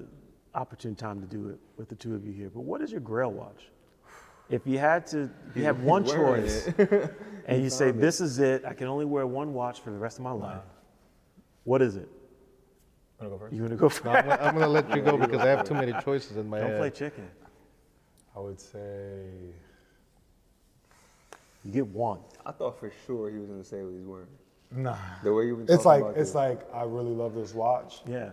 Speaker 2: opportune time to do it with the two of you here. But what is your grail watch? If you had to, if you had one choice, [LAUGHS] and you say, this is it, I can only wear one watch for the rest of my life, what is it?
Speaker 7: Wanna go first?
Speaker 2: You want to go first?
Speaker 4: I'm, gonna- I'm gonna let
Speaker 2: [LAUGHS]
Speaker 4: you go because I have too many choices in my
Speaker 2: Don't play
Speaker 4: head.
Speaker 2: chicken.
Speaker 7: I would say
Speaker 2: You get one.
Speaker 6: I thought for sure he was gonna say what he's wearing.
Speaker 7: nah.
Speaker 6: The way you were
Speaker 7: It's
Speaker 6: talking
Speaker 7: like
Speaker 6: about
Speaker 7: it's
Speaker 6: this.
Speaker 7: like I really love this watch,
Speaker 2: Yeah.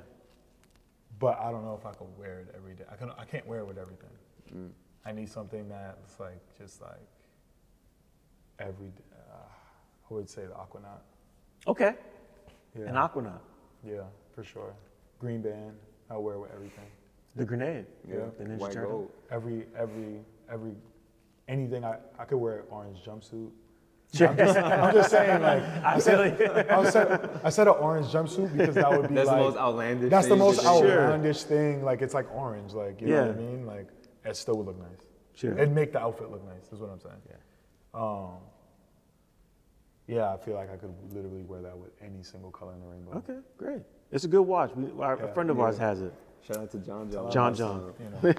Speaker 7: but I don't know if I could wear it every day. I can I can't wear it with everything.
Speaker 6: Mm.
Speaker 7: I need something that's like just like every. d- Uh, I would say the Aquanaut.
Speaker 2: Okay.
Speaker 7: Yeah.
Speaker 2: An Aquanaut.
Speaker 7: Yeah, for sure. Green band. I wear it with everything.
Speaker 2: The grenade.
Speaker 6: yeah,
Speaker 2: The Ninja
Speaker 6: white
Speaker 2: Turtle. [LAUGHS]
Speaker 6: gold.
Speaker 7: Every every every anything I I could wear an orange jumpsuit. I'm just saying like
Speaker 2: [LAUGHS] I
Speaker 7: [LAUGHS]
Speaker 2: feel you.
Speaker 7: I said, I said an orange jumpsuit because that would be
Speaker 6: That's the
Speaker 7: like-
Speaker 6: most outlandish
Speaker 7: That's the
Speaker 6: thing you
Speaker 7: most
Speaker 6: could do.
Speaker 2: Sure.
Speaker 7: outlandish thing. Like it's like orange. Like you know what I
Speaker 2: Yeah.
Speaker 7: mean? Like it still would look nice.
Speaker 2: Sure.
Speaker 7: It'd make the outfit look nice. Is what I'm saying. Yeah. Um. Yeah, I feel like I could literally wear that with any single color in the rainbow.
Speaker 2: Okay, great. It's a good watch. We, our, a
Speaker 7: Yeah.
Speaker 2: friend of ours has it.
Speaker 6: Shout out to John John.
Speaker 2: John John.
Speaker 7: You know.
Speaker 5: We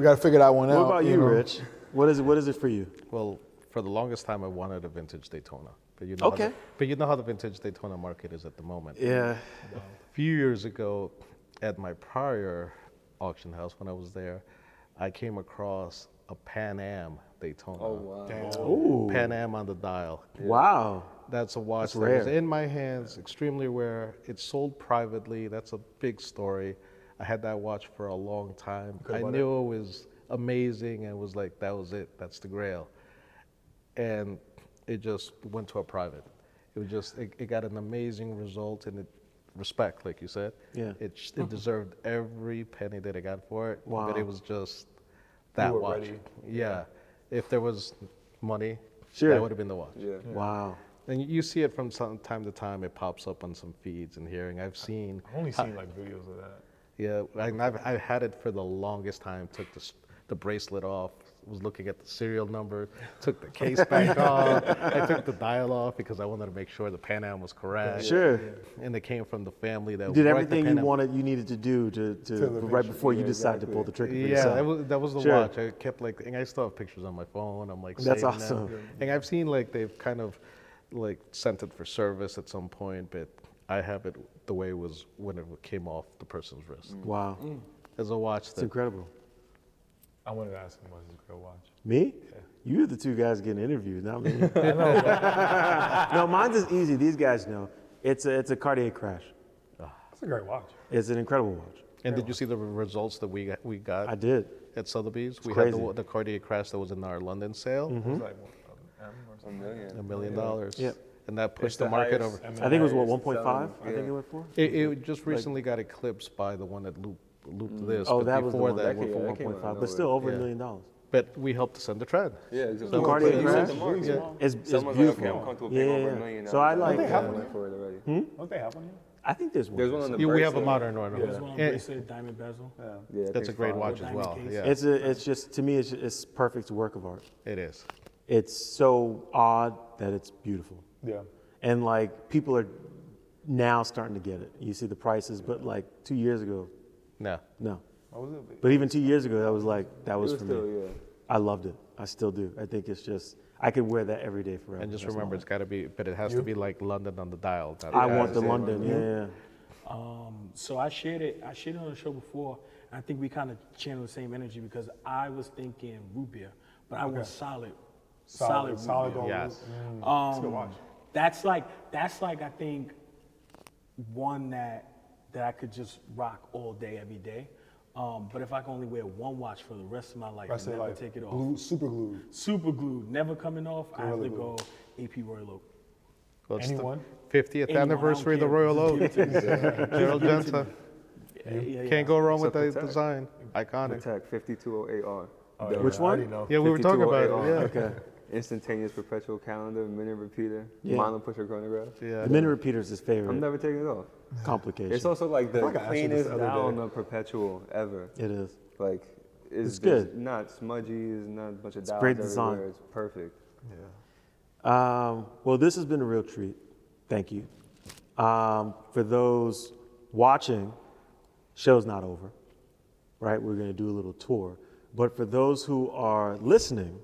Speaker 5: gotta figure that one
Speaker 2: What
Speaker 5: out.
Speaker 2: about you,
Speaker 5: know?
Speaker 2: Rich? What is it? What is it for you?
Speaker 4: Well, for the longest time, I wanted a vintage Daytona, but you know, how
Speaker 2: Okay.
Speaker 4: the, but you know how the vintage Daytona market is at the moment.
Speaker 2: Yeah.
Speaker 4: A few years ago, at my prior auction house when I was there, I came across a Pan Am Daytona.
Speaker 6: Oh wow.
Speaker 2: Ooh.
Speaker 4: Pan Am on the dial.
Speaker 2: Wow.
Speaker 4: That's a
Speaker 2: That's
Speaker 4: watch that was
Speaker 2: rare.
Speaker 4: in my hands, extremely rare. It's sold privately. That's a big story. I had that watch for a long time. I
Speaker 7: bought it.
Speaker 4: knew it was amazing and was like, that was it. That's the grail. And it just went to a private. It was just, it, it got an amazing result and it, respect, like you said.
Speaker 2: Yeah.
Speaker 4: It, sh- it deserved every penny that I got for it. But
Speaker 2: Wow.
Speaker 4: it was just that
Speaker 7: were
Speaker 4: watch.
Speaker 7: ready.
Speaker 4: Yeah. If there was money,
Speaker 2: Sure.
Speaker 4: that would have been the watch.
Speaker 6: Yeah.
Speaker 2: Wow.
Speaker 4: And you see it from some, time to time. It pops up on some feeds and hearing. I've seen.
Speaker 7: I've only seen like videos of that.
Speaker 4: Yeah, I- and I've, I've had it for the longest time. Took the, s- the bracelet off. Was looking at the serial number. Took the case
Speaker 2: [LAUGHS]
Speaker 4: back off. I took the dial off because I wanted to make sure the Pan Am was correct.
Speaker 2: Sure.
Speaker 4: And it came from the family that
Speaker 2: You did
Speaker 4: worked the
Speaker 2: everything
Speaker 4: Pan
Speaker 2: you
Speaker 4: Am.
Speaker 2: wanted, you needed to do to, to,
Speaker 7: To the
Speaker 2: right
Speaker 7: picture.
Speaker 2: before you
Speaker 6: Yeah,
Speaker 2: decide to
Speaker 6: exactly.
Speaker 2: pull the trigger. for
Speaker 4: Yeah,
Speaker 2: yourself.
Speaker 4: that was, that was the
Speaker 2: Sure.
Speaker 4: watch. I kept like, and I still have pictures on my phone. I'm like,
Speaker 2: That's
Speaker 4: saving
Speaker 2: awesome.
Speaker 4: Them. And I've seen like they've kind of like sent it for service at some point, but I have it the way it was when it came off the person's wrist.
Speaker 6: Mm.
Speaker 2: Wow.
Speaker 4: Mm. As a watch
Speaker 2: It's
Speaker 4: that
Speaker 2: incredible.
Speaker 7: I wanted to ask him what his girl watch.
Speaker 2: Me? You're the two guys getting interviewed, not me. no, mine's is easy. These guys know. It's a, it's a Cartier crash.
Speaker 7: That's a great watch.
Speaker 2: It's an incredible watch.
Speaker 4: and did you see the results that we got, we got
Speaker 2: I did.
Speaker 4: at Sotheby's? we had
Speaker 2: crazy. Mm-hmm.
Speaker 4: the, the Cartier crash that was in our London sale,
Speaker 7: It's like what, a M or
Speaker 6: A
Speaker 7: something.
Speaker 6: million.
Speaker 4: a million dollars.
Speaker 2: Yep.
Speaker 4: And that pushed the, market over.
Speaker 2: I think it was what
Speaker 6: Highest
Speaker 2: 1.5. I
Speaker 6: selling,
Speaker 2: think
Speaker 6: yeah.
Speaker 2: it went for.
Speaker 4: It, it just recently got eclipsed by the one that looped, looped this.
Speaker 2: Oh,
Speaker 4: but
Speaker 2: that was the
Speaker 4: before
Speaker 2: one
Speaker 4: that,
Speaker 6: Mm.
Speaker 4: went
Speaker 6: that came
Speaker 4: for
Speaker 6: out.
Speaker 4: one-
Speaker 6: came out of
Speaker 2: 1.5,
Speaker 6: nowhere.
Speaker 2: but still over a
Speaker 4: Yeah.
Speaker 2: million dollars.
Speaker 4: But we helped to send the trend.
Speaker 6: Yeah, exactly.
Speaker 2: The Cartier
Speaker 6: You set
Speaker 2: Crash?
Speaker 6: the mark.
Speaker 4: Yeah.
Speaker 2: It's, it's
Speaker 6: Someone's like, okay,
Speaker 2: beautiful.
Speaker 6: I'm comfortable
Speaker 2: yeah,
Speaker 6: paying
Speaker 2: yeah,
Speaker 6: over
Speaker 2: yeah.
Speaker 6: a million.
Speaker 2: So I
Speaker 6: dollars.
Speaker 2: like.
Speaker 6: Yeah, I
Speaker 2: uh,
Speaker 6: went for it already.
Speaker 7: Don't they have one here?
Speaker 2: I think there's one.
Speaker 6: There's one on the
Speaker 4: Yeah, we
Speaker 6: bracelet.
Speaker 4: have a modern one.
Speaker 3: There's one on
Speaker 4: Yeah,
Speaker 3: bracelet, diamond bezel.
Speaker 6: Yeah, I
Speaker 4: that's a
Speaker 6: think
Speaker 4: great
Speaker 6: five.
Speaker 4: watch as
Speaker 3: diamond
Speaker 4: well.
Speaker 3: case.
Speaker 4: Yeah,
Speaker 2: It's a, it's just to me it's it's perfect work of art.
Speaker 4: it is.
Speaker 2: It's so odd that it's beautiful,
Speaker 7: Yeah.
Speaker 2: and like people are now starting to get it. You see the prices, but like two years ago,
Speaker 4: No,
Speaker 2: no.
Speaker 7: What was it?
Speaker 2: But even two years ago, that was like that was,
Speaker 6: Oh, It was
Speaker 2: for
Speaker 6: still,
Speaker 2: me.
Speaker 6: yeah.
Speaker 2: I loved it. I still do. I think it's just I could wear that every day forever.
Speaker 4: And just
Speaker 2: That's my
Speaker 4: remember,
Speaker 2: life.
Speaker 4: it's got to be, but it has to be like London on the dial. That-
Speaker 2: I
Speaker 4: that
Speaker 2: want
Speaker 4: is
Speaker 2: the
Speaker 4: it.
Speaker 2: London. Yeah. yeah.
Speaker 3: Um, so I shared it. I shared it on the show before. And I think we kind of channeled the same energy because I was thinking root beer, but I want solid, solid,
Speaker 7: Solid, solid
Speaker 3: root beer.
Speaker 7: gold. Mm.
Speaker 4: Yes.
Speaker 3: Um,
Speaker 7: good watch.
Speaker 3: That's like that's like I think one that that I could just rock all day every day. Um, but if I can only wear one watch for the rest of my life,
Speaker 7: I
Speaker 3: and
Speaker 7: say
Speaker 3: never
Speaker 7: like
Speaker 3: take it off.
Speaker 7: Blue, super glue.
Speaker 3: Super glue, never coming off. I have
Speaker 7: Gorilla
Speaker 3: to
Speaker 7: glue.
Speaker 3: go AP Royal Oak.
Speaker 4: Well, it's the
Speaker 7: Anyone?
Speaker 4: 50th
Speaker 3: Anyone, I don't
Speaker 4: anniversary of the
Speaker 3: care. [LAUGHS]
Speaker 4: Royal
Speaker 3: Just give
Speaker 4: Oak.
Speaker 3: it to me.
Speaker 4: Gerald Jensen.
Speaker 3: Yeah, yeah, yeah.
Speaker 4: Can't go wrong with
Speaker 6: Except
Speaker 4: the
Speaker 6: the tech.
Speaker 4: design. Iconic.
Speaker 6: Attack 5208R.
Speaker 2: Which
Speaker 7: I
Speaker 2: one?
Speaker 7: already know.
Speaker 4: Yeah, we were talking about it.
Speaker 2: Okay.
Speaker 6: Instantaneous perpetual calendar, minute repeater,
Speaker 2: Yeah.
Speaker 6: mono pusher chronograph.
Speaker 4: Yeah.
Speaker 2: The
Speaker 4: Yeah.
Speaker 2: minute repeater's his favorite.
Speaker 6: I'm never taking it off.
Speaker 2: Complication.
Speaker 6: It's also like the
Speaker 7: like I asked you this
Speaker 6: cleanest
Speaker 7: the other
Speaker 6: dial
Speaker 7: day.
Speaker 6: of perpetual ever.
Speaker 2: it is.
Speaker 6: Like, it's,
Speaker 2: It's good.
Speaker 6: there's Not smudgy. There's not a bunch of dials
Speaker 2: great design.
Speaker 6: everywhere. It's perfect.
Speaker 2: Um, well, this has been a real treat. Thank you. Um, for those watching, show's not over, right? We're going to do a little tour. But for those who are listening,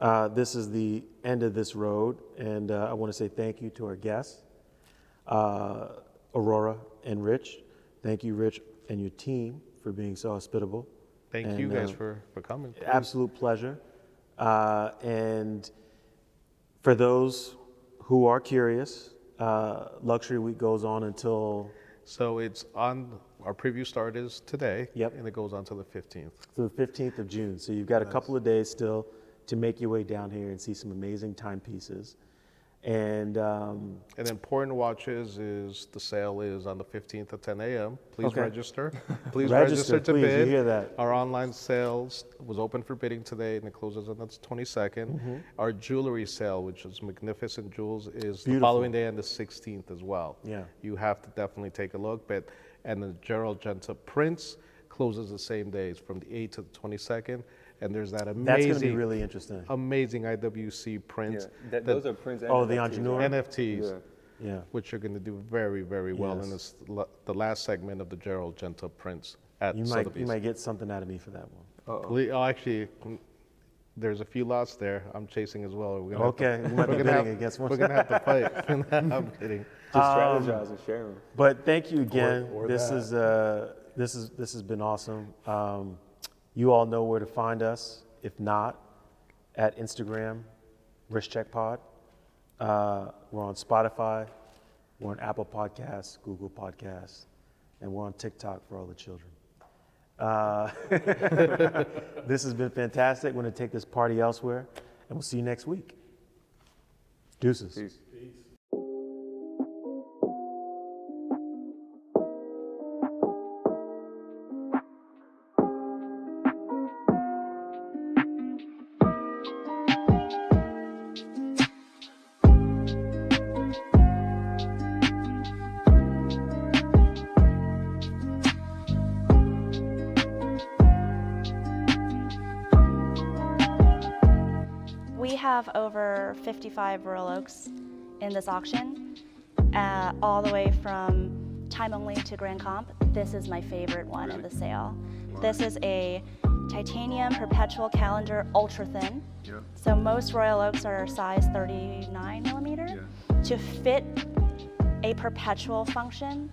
Speaker 2: uh, this is the end of this road, and uh, I want to say thank you to our guests, uh, Aurora and Rich. Thank you, Rich, and your team for being so hospitable.
Speaker 4: Thank
Speaker 2: And,
Speaker 4: you guys
Speaker 2: uh,
Speaker 4: for, for coming.
Speaker 2: absolute pleasure. Uh, and for those who are curious, uh, Luxury Week goes on until
Speaker 4: So it's on, our preview start is today.
Speaker 2: Yep.
Speaker 4: And it goes on to the 15th.
Speaker 2: to the 15th of June. So you've got a couple of days still to make your way down here and see some amazing timepieces. And um,
Speaker 4: And then Porn Watches is, the sale is on the 15th at 10 a.m. Please
Speaker 2: Okay. [LAUGHS]
Speaker 4: register. Please
Speaker 2: Register,
Speaker 4: register, to
Speaker 2: please, you
Speaker 4: bid.
Speaker 2: hear that.
Speaker 4: Our online sales was open for bidding today and it closes on the 22nd.
Speaker 2: Mm-hmm.
Speaker 4: Our jewelry sale, which is Magnificent Jewels, is the following day on the 16th as well.
Speaker 2: Yeah.
Speaker 4: You have to definitely take a look. But And the Gerald Genta Prince closes the same days from the 8th to the 22nd. And there's that amazing, Oh.
Speaker 2: that's going to be really interesting.
Speaker 4: amazing IWC print.
Speaker 6: Yeah. That, those are prints. and
Speaker 2: Oh, the
Speaker 6: NFTs,
Speaker 2: entrepreneur?
Speaker 6: right?
Speaker 4: NFTs
Speaker 6: Yeah.
Speaker 2: Yeah.
Speaker 4: which are going to do very, very well in
Speaker 2: Yes.
Speaker 4: this la- the last segment of the Gerald Gentle Prince at
Speaker 2: You might, you
Speaker 4: Sotheby's.
Speaker 2: might get something out of me for that one.
Speaker 4: Ple- oh, actually, mm, there's a few lots there I'm chasing as well. We're gonna have to-
Speaker 2: Okay, we might be
Speaker 4: we're gonna
Speaker 2: bidding
Speaker 4: have-
Speaker 2: against one.
Speaker 4: We're going to have to fight.
Speaker 2: [LAUGHS]
Speaker 4: [LAUGHS] I'm kidding.
Speaker 6: To strategize and share them.
Speaker 2: But thank you again.
Speaker 7: or
Speaker 2: this
Speaker 7: that.
Speaker 2: is uh, this is this has been awesome. Um, you all know where to find us. If not, at Instagram, Risk Check Pod. Uh, we're on Spotify. We're on Apple Podcasts, Google Podcasts, and we're on TikTok for all the children. Uh, [LAUGHS] this has been fantastic. We're going to take this party elsewhere, and we'll see you next week. Deuces.
Speaker 6: Peace.
Speaker 9: We have over 55 Royal Oaks in this auction, uh, all the way from time only to Grand Comp. This is my favorite one of the sale. This is a titanium perpetual calendar ultra thin. So most Royal Oaks are size 39 millimeter. To fit a perpetual function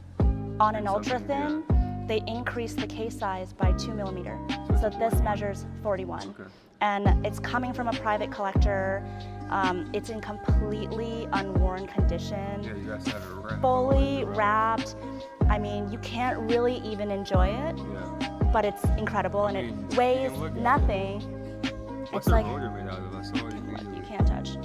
Speaker 9: on an ultra thin, they increase the case size by two millimeter. So this measures 41. And it's coming from a private collector. Um, it's in completely unworn condition,
Speaker 6: Yeah, you guys have it right.
Speaker 9: fully wrapped. I mean, you can't really even enjoy it,
Speaker 6: Yeah.
Speaker 9: but it's incredible and
Speaker 6: mean,
Speaker 9: it
Speaker 6: you
Speaker 9: weighs
Speaker 6: can look at it.
Speaker 9: nothing.
Speaker 6: What's
Speaker 9: It's
Speaker 6: a
Speaker 9: like-
Speaker 6: rotor made out of? I saw it.
Speaker 9: You can't touch.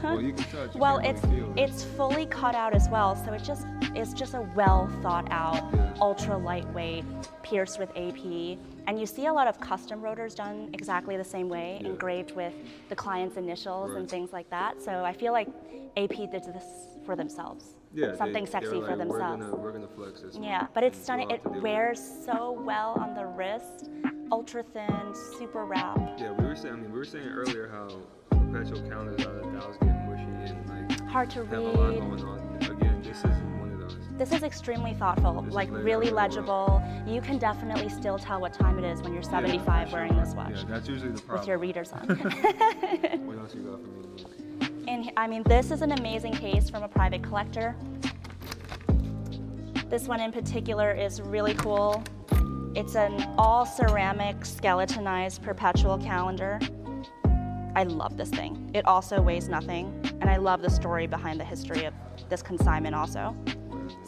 Speaker 6: Well, you can touch. You
Speaker 9: Well,
Speaker 6: can't
Speaker 9: it's
Speaker 6: really feel it.
Speaker 9: it's fully cut out as well, so it just it's just a well thought out,
Speaker 6: Yeah.
Speaker 9: ultra lightweight, pierced with AP, and you see a lot of custom rotors done exactly the same way,
Speaker 6: Yeah.
Speaker 9: engraved with the client's initials and
Speaker 6: Right.
Speaker 9: things like that. So I feel like AP did this for themselves,
Speaker 6: Yeah, they-
Speaker 9: something
Speaker 6: they
Speaker 9: sexy
Speaker 6: were
Speaker 9: for
Speaker 6: like, we're
Speaker 9: themselves.
Speaker 6: gonna- We're gonna flex this.
Speaker 9: Yeah,
Speaker 6: one
Speaker 9: but it's
Speaker 6: and
Speaker 9: done.
Speaker 6: go out
Speaker 9: It
Speaker 6: to the
Speaker 9: wears so well on the wrist, ultra thin, super wrap.
Speaker 6: Yeah, we were saying. I mean, we were saying earlier how perpetual calendars out of dials get mushy and like
Speaker 9: Hard to
Speaker 6: have a lot
Speaker 9: read.
Speaker 6: going on. Again, this is one of those.
Speaker 9: This is extremely thoughtful, like really legible. You can definitely still tell what time it is when you're 75 wearing this
Speaker 6: Yeah,
Speaker 9: watch
Speaker 6: that's usually the problem.
Speaker 9: with your readers on. [LAUGHS]
Speaker 6: What else you got for me?
Speaker 9: And he- I mean, this is an amazing case from a private collector. This one in particular is really cool. It's an all ceramic skeletonized perpetual calendar. I love this thing. It also weighs nothing. And I love the story behind the history of this consignment, also.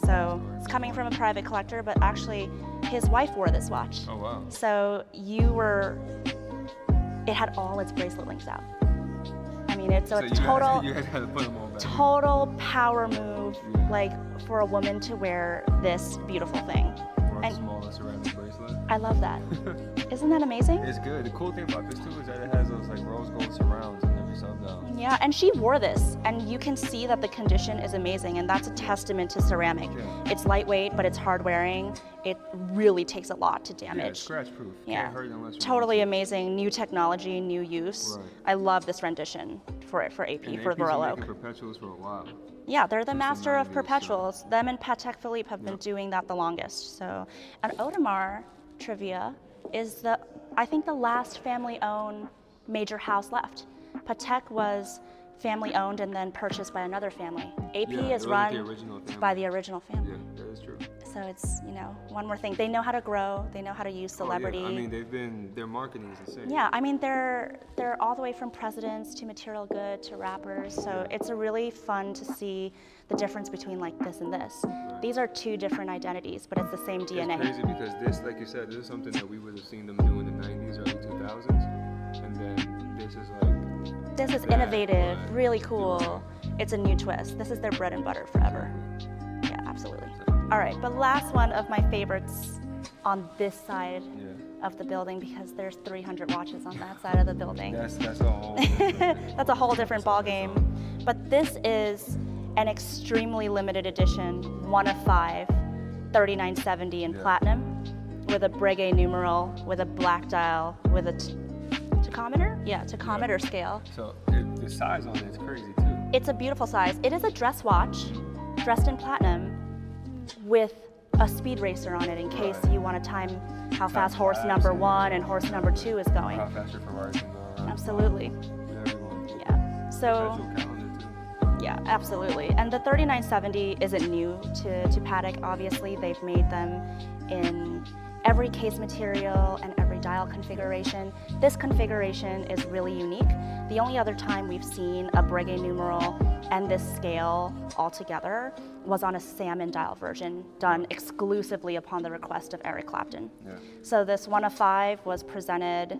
Speaker 9: So it's coming from a private collector, but actually, his wife wore this watch.
Speaker 6: Oh, wow.
Speaker 9: So you were, it had all its bracelet links out. I mean, it's
Speaker 6: So
Speaker 9: a
Speaker 6: you
Speaker 9: total
Speaker 6: Had, [LAUGHS] you had to put them all back.
Speaker 9: total power move, like for a woman to wear this beautiful thing.
Speaker 6: Or a
Speaker 9: and-
Speaker 6: smaller ceramic bracelet.
Speaker 9: I
Speaker 6: [LAUGHS]
Speaker 9: love that. Isn't that amazing?
Speaker 6: It's good. The cool thing about this too is that it has those like rose gold surrounds on every sub dial.
Speaker 9: Yeah, and she wore this, and you can see that the condition is amazing, and that's a testament to ceramic.
Speaker 6: Yeah.
Speaker 9: It's lightweight, but it's hard wearing. It really takes a lot to damage.
Speaker 6: Yeah, it's scratch proof.
Speaker 9: Yeah.
Speaker 6: Can't hurt unless you
Speaker 9: totally
Speaker 6: want
Speaker 9: amazing. New technology, new use.
Speaker 6: Right.
Speaker 9: I love this rendition for it for AP
Speaker 6: to. And
Speaker 9: for
Speaker 6: APs been
Speaker 9: Royal Oak.
Speaker 6: making Perpetuals for a while.
Speaker 9: Yeah, they're the
Speaker 6: That's
Speaker 9: master of
Speaker 6: amazing.
Speaker 9: perpetuals. Them and Patek Philippe have been
Speaker 6: Yeah.
Speaker 9: doing that the longest. So, and Audemars Trivia is the, I think, the last family-owned major house left. Patek was family-owned and then purchased by another family. AP
Speaker 6: Yeah,
Speaker 9: is
Speaker 6: it wasn't the
Speaker 9: run
Speaker 6: original
Speaker 9: by
Speaker 6: family.
Speaker 9: the original family.
Speaker 6: Yeah, that is true.
Speaker 9: So it's you know one more thing. They know how to grow. They know how to use celebrity.
Speaker 6: Oh, yeah. I mean, they've been their marketing is insane.
Speaker 9: Yeah, I mean they're they're all the way from presidents to material good to rappers. So it's a really fun to see the difference between like this and this. These are two different identities, but it's the same DNA.
Speaker 6: It's crazy because this, like you said, this is something that we would have seen them do in the 90s, early 2000s, and then this is like
Speaker 9: This is
Speaker 6: that,
Speaker 9: innovative,
Speaker 6: but
Speaker 9: really cool. It's a new twist. This is their bread and butter forever. Yeah, absolutely. All right, but last one of my favorites on this side
Speaker 6: Yeah.
Speaker 9: of the building because there's 300 watches on that side of the building.
Speaker 6: that's that's a
Speaker 9: [LAUGHS]
Speaker 6: whole.
Speaker 9: That's a whole different ballgame. But this is an extremely limited edition, one of five, 3970 in
Speaker 6: Yeah.
Speaker 9: platinum, with a Breguet numeral, with a black dial, with a t- tachometer? Yeah, tachometer scale.
Speaker 6: so it, the size on it's crazy too.
Speaker 9: It's a beautiful size. It is a dress watch, dressed in platinum, with a speed racer on it in case you want to time how fast horse
Speaker 6: fast,
Speaker 9: number
Speaker 6: yeah. Uh-huh.
Speaker 9: one and horse number two is going.
Speaker 6: How fast your Ferrari can go around.
Speaker 9: Absolutely.
Speaker 6: Everyone.
Speaker 9: Yeah. So.
Speaker 6: Perpetual calendar too.
Speaker 9: Yeah, absolutely. And the 3970 isn't new to, to Patek, obviously. They've made them in every case material and every dial configuration. This configuration is really unique. The only other time we've seen a Breguet numeral and this scale all together was on a salmon dial version done exclusively upon the request of Eric Clapton.
Speaker 6: Yeah.
Speaker 9: So this one of five was presented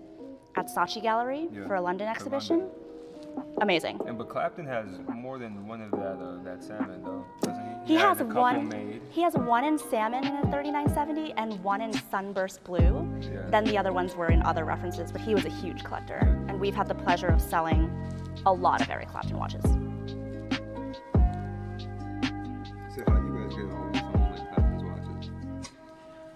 Speaker 9: at Saatchi Gallery
Speaker 6: Yeah,
Speaker 9: for a London
Speaker 6: for
Speaker 9: exhibition. Amazing.
Speaker 6: And but Clapton has more than one of that uh, that salmon though, doesn't he?
Speaker 9: He
Speaker 6: had
Speaker 9: has
Speaker 6: a couple
Speaker 9: one.
Speaker 6: made.
Speaker 9: He has one in salmon in a 3970 and one in sunburst blue.
Speaker 6: Yeah.
Speaker 9: Then the other ones were in other references, but he was a huge collector, and we've had the pleasure of selling a lot of Eric Clapton watches.
Speaker 6: So how do you guys get a hold of someone like Clapton's watches?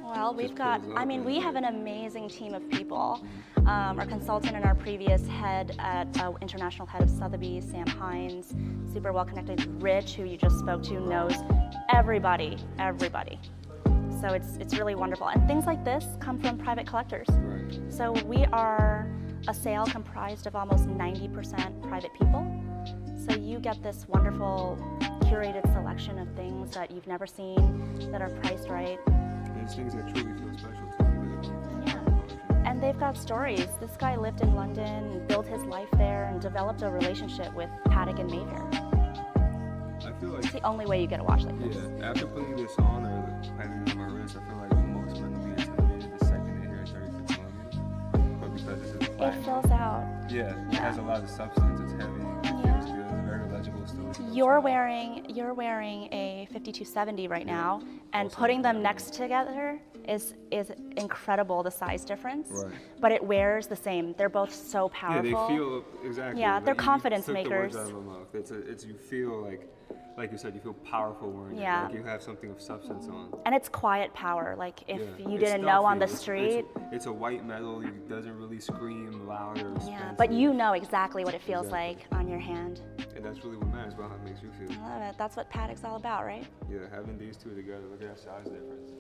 Speaker 9: Well, we've
Speaker 6: pulls
Speaker 9: got,
Speaker 6: it
Speaker 9: I
Speaker 6: up
Speaker 9: mean,
Speaker 6: and-
Speaker 9: we have an amazing team of people. Um, our consultant and our previous head at uh, international head of Sotheby's, Sam Hines, super well connected. Rich, who you just spoke to, knows everybody, everybody. So it's, it's really wonderful. And things like this come from private collectors.
Speaker 6: Right.
Speaker 9: So we are a sale comprised of almost 90% private people. So you get this wonderful curated selection of things that you've never seen that are priced right.
Speaker 6: And it's things that truly feel special too because it comes
Speaker 9: Yeah.
Speaker 6: from the collection.
Speaker 9: And they've got stories. This guy lived in London, and built his life there, and developed a relationship with Paddock and Mayfair.
Speaker 6: I feel like
Speaker 9: It's the only way you get a watch like this.
Speaker 6: Yeah, after putting this on or like, having it on my wrist, I feel like most men will be intimidated the second they hear 36 millimeter. But because this is a
Speaker 9: It
Speaker 6: platinum,
Speaker 9: fills out.
Speaker 6: yeah, it
Speaker 9: yeah.
Speaker 6: has a lot of substance. It's heavy. It
Speaker 9: Yeah.
Speaker 6: feels good. It's very legible still. It's not
Speaker 9: You're
Speaker 6: small.
Speaker 9: wearing you're wearing a 5270 right now, and putting them next together is is incredible. The size difference,
Speaker 6: Right.
Speaker 9: but it wears the same. They're both so
Speaker 6: Yeah,
Speaker 9: powerful.
Speaker 6: they feel exactly.
Speaker 9: Yeah,
Speaker 6: like
Speaker 9: they're
Speaker 6: you- you
Speaker 9: confidence
Speaker 6: took the words
Speaker 9: makers.
Speaker 6: out of my mouth. It's a, it's you feel like like you said, you feel powerful wearing it.
Speaker 9: Yeah.
Speaker 6: Like you have something of substance on.
Speaker 9: And it's quiet power. Like if
Speaker 6: Yeah.
Speaker 9: you
Speaker 6: It's
Speaker 9: didn't know on the
Speaker 6: stuffy. It's-
Speaker 9: street,
Speaker 6: It's, it's a white metal. It doesn't really scream loud or
Speaker 9: yeah,
Speaker 6: expensive.
Speaker 9: but you know exactly what it feels
Speaker 6: Exactly.
Speaker 9: like on your hand.
Speaker 6: And that's really what matters about how it makes you feel.
Speaker 9: I love it. That's what Paddock's all about, right?
Speaker 6: Yeah, having these two together, look at that size difference.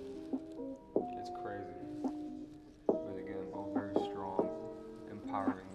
Speaker 6: It's crazy. But again, both very strong, empowering